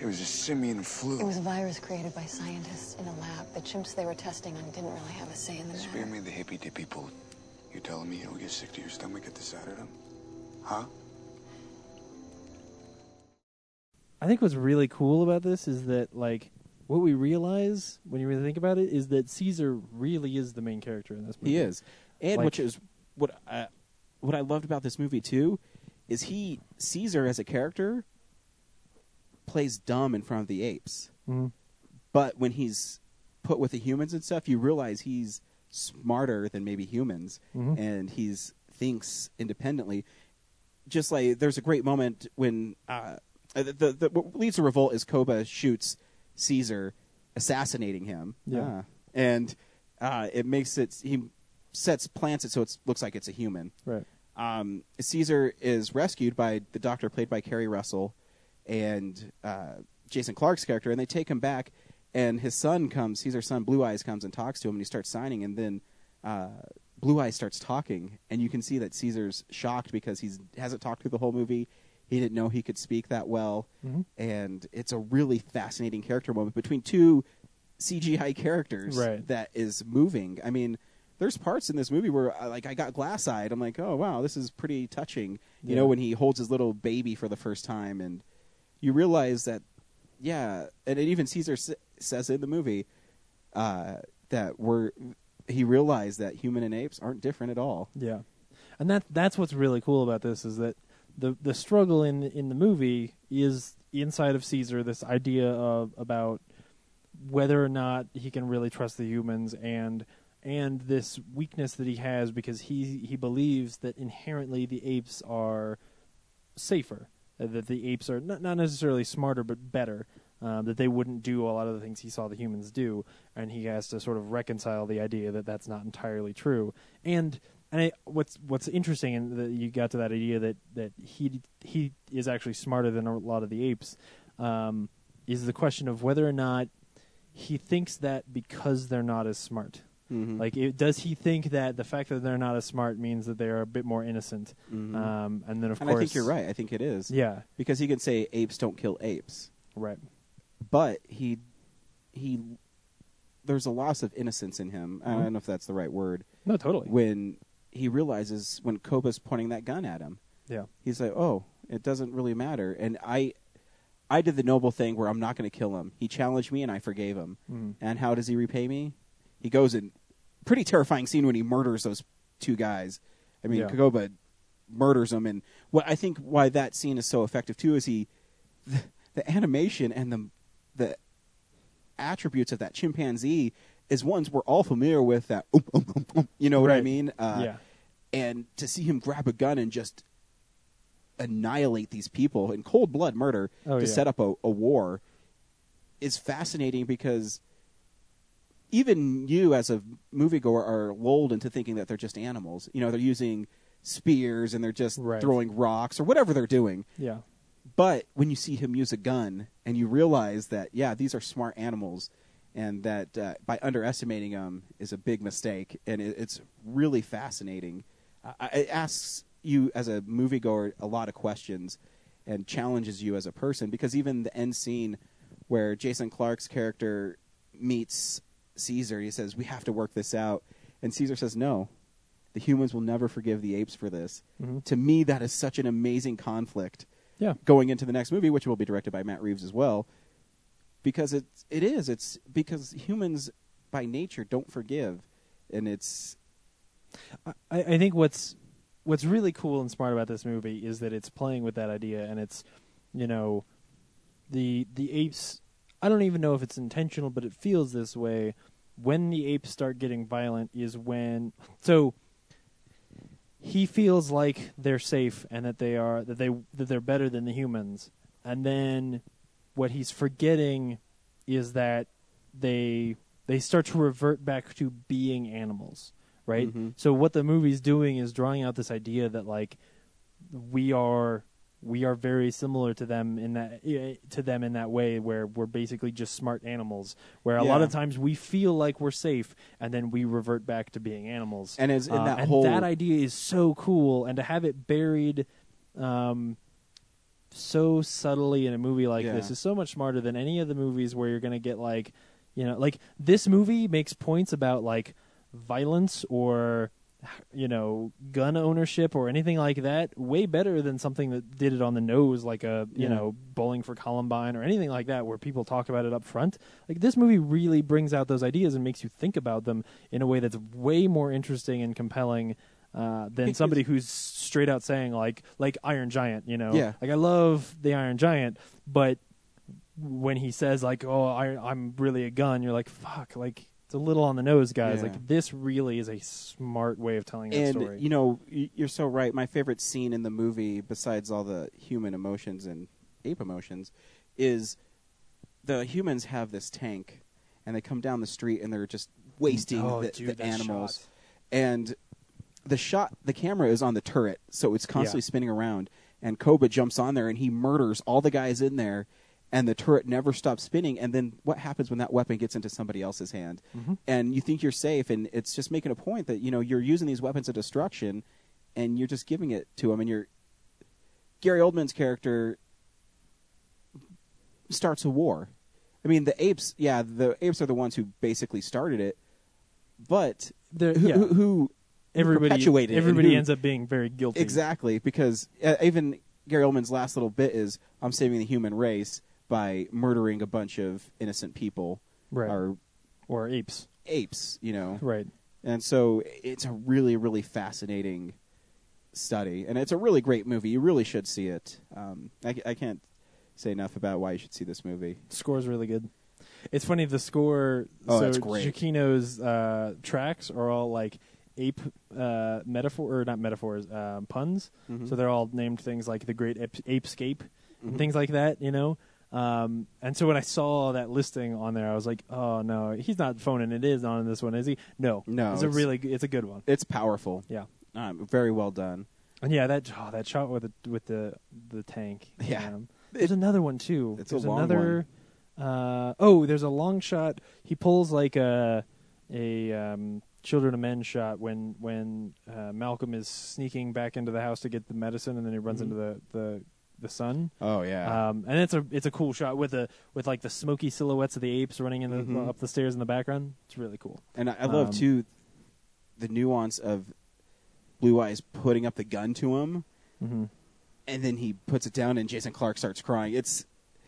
Speaker 10: It was a simian flu.
Speaker 11: It was a virus created by scientists in a lab. The chimps they were testing on didn't really have a say in the
Speaker 10: Spear
Speaker 11: matter.
Speaker 10: me the hippy dippy poo. You telling me you don't get sick to your stomach at the sight of them? Huh?
Speaker 3: I think what's really cool about this is that like what we realize when you really think about it is that Caesar really is the main character in this movie.
Speaker 1: He is, and
Speaker 3: Like-
Speaker 1: which is what I, what I loved about this movie too, is he Caesar as a character plays dumb in front of the apes,
Speaker 3: Mhm.
Speaker 1: but when he's put with the humans and stuff, you realize he's smarter than maybe humans,
Speaker 3: Mhm.
Speaker 1: and he's thinks independently. Just like there's a great moment when uh, the, the, the what leads to revolt is Koba shoots Caesar, assassinating him.
Speaker 3: Yeah.
Speaker 1: Ah. and uh, it makes it he sets plants it so it looks like it's a human.
Speaker 3: Right.
Speaker 1: Um, Caesar is rescued by the doctor played by Carrie Russell and uh, Jason Clark's character, and they take him back. And his son comes, Caesar's son Blue Eyes comes and talks to him, and he starts signing. And then uh, Blue Eye starts talking, and you can see that Caesar's shocked because he hasn't talked through the whole movie. He didn't know he could speak that well,
Speaker 3: Mhm.
Speaker 1: and it's a really fascinating character moment between two CGI characters
Speaker 3: Right.
Speaker 1: that is moving. I mean, there's parts in this movie where I, like I got glass eyed. I'm like, oh wow, this is pretty touching. You know,
Speaker 3: Yeah.
Speaker 1: when he holds his little baby for the first time, and you realize that, yeah, and it even Caesar s- says in the movie uh, that we're he realized that human and apes aren't different at all.
Speaker 3: Yeah, and that that's what's really cool about this is that the the struggle in in the movie is inside of Caesar this idea of about whether or not he can really trust the humans and and this weakness that he has because he he believes that inherently the apes are safer uh, that the apes are not, not necessarily smarter but better um, that they wouldn't do a lot of the things he saw the humans do and he has to sort of reconcile the idea that that's not entirely true and and I, what's what's interesting and that you got to that idea that that he he is actually smarter than a lot of the apes um, is the question of whether or not he thinks that because they're not as smart
Speaker 1: Mhm.
Speaker 3: like it, does he think that the fact that they're not as smart means that they're a bit more innocent
Speaker 1: Mhm.
Speaker 3: um, and then of
Speaker 1: and
Speaker 3: course
Speaker 1: I think you're right. I think it is.
Speaker 3: Yeah.
Speaker 1: because he can say apes don't kill apes,
Speaker 3: right
Speaker 1: but he he there's a loss of innocence in him.
Speaker 3: Mm-hmm.
Speaker 1: I don't know if that's the right word.
Speaker 3: No, totally.
Speaker 1: When he realizes when Coba's pointing that gun at him,
Speaker 3: yeah
Speaker 1: he's like, "Oh, it doesn't really matter." And I I did the noble thing where I'm not going to kill him. He challenged me and I forgave him.
Speaker 3: Mhm.
Speaker 1: And how does he repay me? He goes in pretty terrifying scene when he murders those two guys. I mean,
Speaker 3: Yeah.
Speaker 1: Kogoba murders them and what I think why that scene is so effective too is he the, the animation and the the attributes of that chimpanzee is ones we're all familiar with that "Oom, oom, oom, oom," you know what I
Speaker 3: Right.
Speaker 1: mean? Uh,
Speaker 3: Yeah.
Speaker 1: and to see him grab a gun and just annihilate these people in cold blood murder
Speaker 3: Oh,
Speaker 1: to
Speaker 3: yeah.
Speaker 1: set up a, a war is fascinating because even you as a moviegoer are lulled into thinking that they're just animals. You know, they're using spears and they're just
Speaker 3: Right.
Speaker 1: throwing rocks or whatever they're doing.
Speaker 3: yeah
Speaker 1: But when you see him use a gun and you realize that, yeah, these are smart animals, and that uh, by underestimating them is a big mistake, and it, it's really fascinating. I- I, it asks you as a moviegoer a lot of questions and challenges you as a person because even the end scene where Jason Clark's character meets Caesar, he says, "We have to work this out," and Caesar says, "No." The humans will never forgive the apes for this.
Speaker 3: Mhm.
Speaker 1: To me, that is such an amazing conflict
Speaker 3: yeah
Speaker 1: going into the next movie, which will be directed by Matt Reeves as well, because it's it is it's because humans by nature don't forgive, and it's
Speaker 3: I, I think what's what's really cool and smart about this movie is that it's playing with that idea and it's you know the the apes I don't even know if it's intentional but it feels this way when the apes start getting violent is when so he feels like they're safe and that they are that they that they're better than the humans and then what he's forgetting is that they they start to revert back to being animals right
Speaker 1: Mhm.
Speaker 3: so what the movie's doing is drawing out this idea that like we are we are very similar to them in that eh, to them in that way where we're basically just smart animals where a lot
Speaker 1: Yeah.
Speaker 3: of times we feel like we're safe and then we revert back to being animals
Speaker 1: And it's in
Speaker 3: Uh,
Speaker 1: that
Speaker 3: and
Speaker 1: whole-
Speaker 3: that idea is so cool and to have it buried um so subtly in a movie like
Speaker 1: Yeah.
Speaker 3: this is so much smarter than any of the movies where you're going to get like you know like this movie makes points about like violence or you know gun ownership or anything like that way better than something that did it on the nose like a you
Speaker 1: Yeah.
Speaker 3: know bowling for columbine or anything like that where people talk about it up front like this movie really brings out those ideas and makes you think about them in a way that's way more interesting and compelling uh, than
Speaker 1: Because-
Speaker 3: somebody who's straight out saying like like Iron Giant, you know.
Speaker 1: Yeah.
Speaker 3: Like I love the Iron Giant, but when he says like, "Oh, I, I'm really a gun," you're like, "Fuck!" Like it's a little on the nose, guys.
Speaker 1: Yeah.
Speaker 3: Like this really is a smart way of telling that
Speaker 1: and
Speaker 3: story.
Speaker 1: you know y- you're so right. My favorite scene in the movie, besides all the human emotions and ape emotions, is the humans have this tank, and they come down the street and they're just wasting
Speaker 3: Oh,
Speaker 1: the,
Speaker 3: dude,
Speaker 1: the
Speaker 3: that
Speaker 1: animals,
Speaker 3: shot.
Speaker 1: and the shot the camera is on the turret so it's constantly
Speaker 3: Yeah.
Speaker 1: spinning around and koba jumps on there and he murders all the guys in there and the turret never stops spinning. And then what happens when that weapon gets into somebody else's hand?
Speaker 3: Mhm.
Speaker 1: And you think you're safe, and it's just making a point that you know you're using these weapons of destruction, and you're just giving it to them. And you're Gary Oldman's character starts a war. I mean, the apes, yeah, the apes are the ones who basically started it, but
Speaker 3: They're-
Speaker 1: who,
Speaker 3: yeah.
Speaker 1: who, who
Speaker 3: Everybody-
Speaker 1: perpetuated it and
Speaker 3: everybody
Speaker 1: who-
Speaker 3: ends up being very guilty.
Speaker 1: Exactly, because uh, even Gary Oldman's last little bit is I'm saving the human race by murdering a bunch of innocent people
Speaker 3: Right.
Speaker 1: or
Speaker 3: or apes.
Speaker 1: Apes, you know.
Speaker 3: Right.
Speaker 1: And so it's a really really fascinating study and it's a really great movie. You really should see it. Um, I, I can't say enough about why you should see this movie.
Speaker 3: Score's really good. It's funny the score.
Speaker 1: Oh,
Speaker 3: so
Speaker 1: that's great.
Speaker 3: Giacchino's uh, tracks are all like ape uh, metaphor or not metaphors, um, puns.
Speaker 1: Mm-hmm.
Speaker 12: Mhm.
Speaker 3: So they're all named things like the Great Ape Apescape and
Speaker 12: Mhm.
Speaker 3: things like that. You know. Um, and so when I saw that listing on there, I was like, "Oh no, he's not phoning it is on this one, is he?" No,
Speaker 1: No,
Speaker 3: it's a
Speaker 1: it's-
Speaker 3: really g- it's a good one.
Speaker 1: It's powerful.
Speaker 3: Yeah.
Speaker 1: Um, very well done.
Speaker 3: And yeah, that oh, that shot with the with the the tank.
Speaker 1: Yeah.
Speaker 3: Um, there's another one too.
Speaker 1: It's a
Speaker 3: there's
Speaker 1: long
Speaker 3: another uh oh, there's a long shot. He pulls like a a um Children of Men shot when when uh, Malcolm is sneaking back into the house to get the medicine and then he runs
Speaker 1: Mhm.
Speaker 3: into the the the sun.
Speaker 1: Oh yeah.
Speaker 3: Um, and it's a it's a cool shot with a with like the smoky silhouettes of the apes running in the,
Speaker 1: Mhm.
Speaker 3: up the stairs in the background. It's really cool.
Speaker 1: And I, I love
Speaker 3: Um,
Speaker 1: too the nuance of Blue Eyes putting up the gun to him, Mm-hmm.
Speaker 3: Mhm.
Speaker 1: and then he puts it down, and Jason Clark starts crying. It's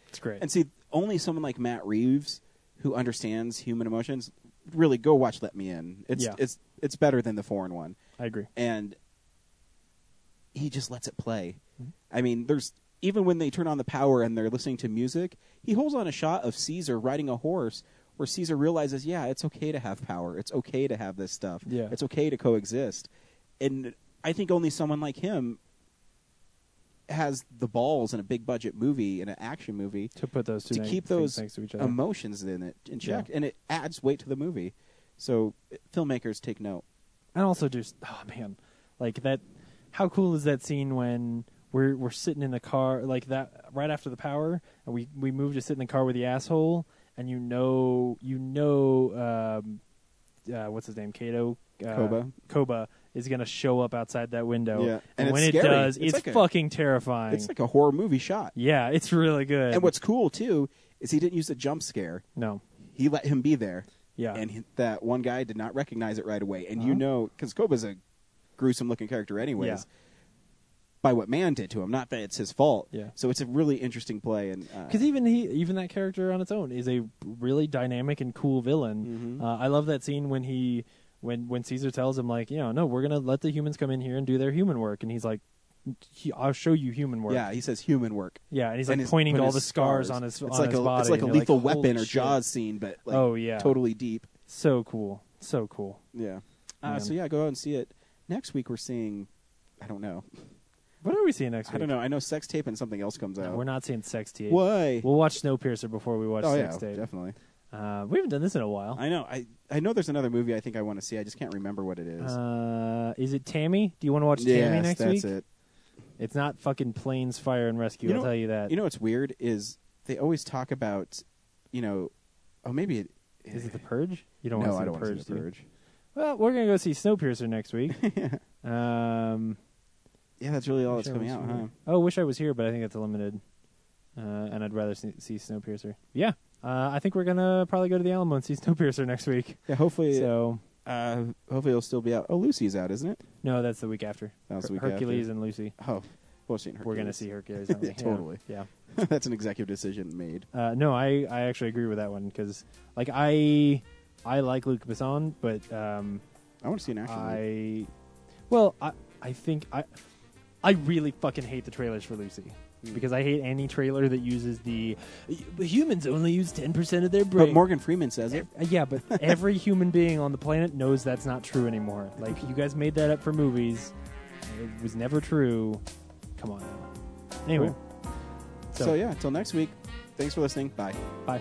Speaker 3: It's great.
Speaker 1: and see only someone like Matt Reeves who understands human emotions. Really, go watch Let Me In. It's
Speaker 3: Yeah.
Speaker 1: it's it's better than the foreign one.
Speaker 3: I agree.
Speaker 1: And he just lets it play.
Speaker 3: Mm-hmm.
Speaker 1: I mean, there's even when they turn on the power and they're listening to music, he holds on a shot of Caesar riding a horse where Caesar realizes, yeah, it's okay to have power. It's okay to have this stuff.
Speaker 3: Yeah.
Speaker 1: It's okay to coexist. And I think only someone like him has the balls in a big budget movie in an action movie
Speaker 3: to put those two
Speaker 1: to
Speaker 3: neg-
Speaker 1: keep
Speaker 3: things
Speaker 1: those
Speaker 3: next to each other.
Speaker 1: emotions in it in check and it adds weight to the movie so uh, filmmakers take note
Speaker 3: and also just oh man, like that. How cool is that scene when we're we're sitting in the car like that right after the power, and we we move to sit in the car with the asshole, and you know you know um, uh, what's his name, Kato uh,
Speaker 1: Koba.
Speaker 3: Koba is gonna show up outside that window.
Speaker 1: Yeah.
Speaker 3: and,
Speaker 1: And
Speaker 3: when
Speaker 1: it's
Speaker 3: it
Speaker 1: scary.
Speaker 3: does,
Speaker 1: It's
Speaker 3: it's,
Speaker 1: like a-
Speaker 3: fucking terrifying.
Speaker 1: it's like a horror movie shot
Speaker 3: yeah, it's really good.
Speaker 1: and what's cool too is he didn't use the jump scare
Speaker 3: no,
Speaker 1: he let him be there
Speaker 3: Yeah.
Speaker 1: and he, that one guy did not recognize it right away and you
Speaker 3: Uh-huh.
Speaker 1: know because koba's a gruesome looking character anyways
Speaker 3: Yeah.
Speaker 1: by what man did to him not that it's his fault
Speaker 3: Yeah.
Speaker 1: so it's a really interesting play and uh,
Speaker 3: because even he, even that character on its own is a really dynamic and cool
Speaker 1: Mm-hmm.
Speaker 3: villain. Uh, I love that scene when he, when when Caesar tells him like, you know, no, we're gonna let the humans come in here and do their human work, and he's like, "He- I'll show you human work.
Speaker 1: yeah he says human work
Speaker 3: Yeah, and he's, like, pointing to all the scars on his-
Speaker 1: it's
Speaker 3: on
Speaker 1: like
Speaker 3: his
Speaker 1: a
Speaker 3: body,
Speaker 1: it's like a
Speaker 3: and you're like,
Speaker 1: lethal weapon
Speaker 3: "Holy
Speaker 1: or
Speaker 3: shit."
Speaker 1: jaws scene but like
Speaker 3: Oh, yeah.
Speaker 1: totally deep
Speaker 3: so cool, so cool.
Speaker 1: Yeah.
Speaker 3: Yeah.
Speaker 1: Uh, so yeah, go out and see it. Next week we're seeing, I don't know,
Speaker 3: What are we seeing next week?
Speaker 1: I don't know. I know sex tape and something else comes out.
Speaker 3: We're not seeing Sex Tape.
Speaker 1: Why?
Speaker 3: We'll watch Snowpiercer before we watch
Speaker 1: oh yeah,
Speaker 3: Sex Tape.
Speaker 1: definitely.
Speaker 3: Uh, we haven't done this in a while.
Speaker 1: I know. I I know. There's another movie I think I want to see. I just can't remember what it is.
Speaker 3: Uh, is it Tammy? Do you want to watch Tammy
Speaker 1: Yes,
Speaker 3: next
Speaker 1: that's
Speaker 3: week?
Speaker 1: it.
Speaker 3: It's not fucking Planes, Fire, and Rescue. I'll
Speaker 1: know-
Speaker 3: tell you that.
Speaker 1: You know what's weird is they always talk about, you know, oh maybe it
Speaker 3: Is it The Purge? You don't
Speaker 1: no,
Speaker 3: want to see
Speaker 1: I
Speaker 3: The
Speaker 1: don't wanna
Speaker 3: Purge,
Speaker 1: see
Speaker 3: do
Speaker 1: the
Speaker 3: you?
Speaker 1: purge.
Speaker 3: Well, we're gonna go see Snowpiercer next week. um,
Speaker 1: Yeah, that's really all
Speaker 3: wish
Speaker 1: that's
Speaker 3: I
Speaker 1: coming
Speaker 3: was
Speaker 1: out,
Speaker 3: here.
Speaker 1: huh?
Speaker 3: Oh, wish I was here, but I think that's limited. Uh, and I'd rather see, see Snowpiercer. Yeah, uh, I think we're gonna probably go to the Alamo and see Snowpiercer next week.
Speaker 1: Yeah, hopefully.
Speaker 3: So
Speaker 1: Uh, hopefully it'll still be out. Oh, Lucy's out, isn't it?
Speaker 3: no, that's the week after.
Speaker 1: That's the week
Speaker 3: Hercules
Speaker 1: after.
Speaker 3: and Lucy.
Speaker 1: Oh, we'll see. Hercules.
Speaker 3: We're gonna see Hercules. aren't we?
Speaker 1: Yeah, totally.
Speaker 3: Yeah.
Speaker 1: that's an executive decision made.
Speaker 3: Uh, no, I, I actually agree with that one because like I I like Luke Besson, but um,
Speaker 1: I want to see an action
Speaker 3: I well I I think I I really fucking hate the trailers for Lucy
Speaker 1: Hmm.
Speaker 3: because I hate any trailer that uses the humans only use ten percent of their brain.
Speaker 1: But Morgan Freeman says it.
Speaker 3: Uh, yeah, but every human being on the planet knows that's not true anymore. Like you guys made that up for movies. It was never true. Come on. Anyway.
Speaker 1: So, yeah, until next week. Thanks for listening. Bye.
Speaker 3: Bye.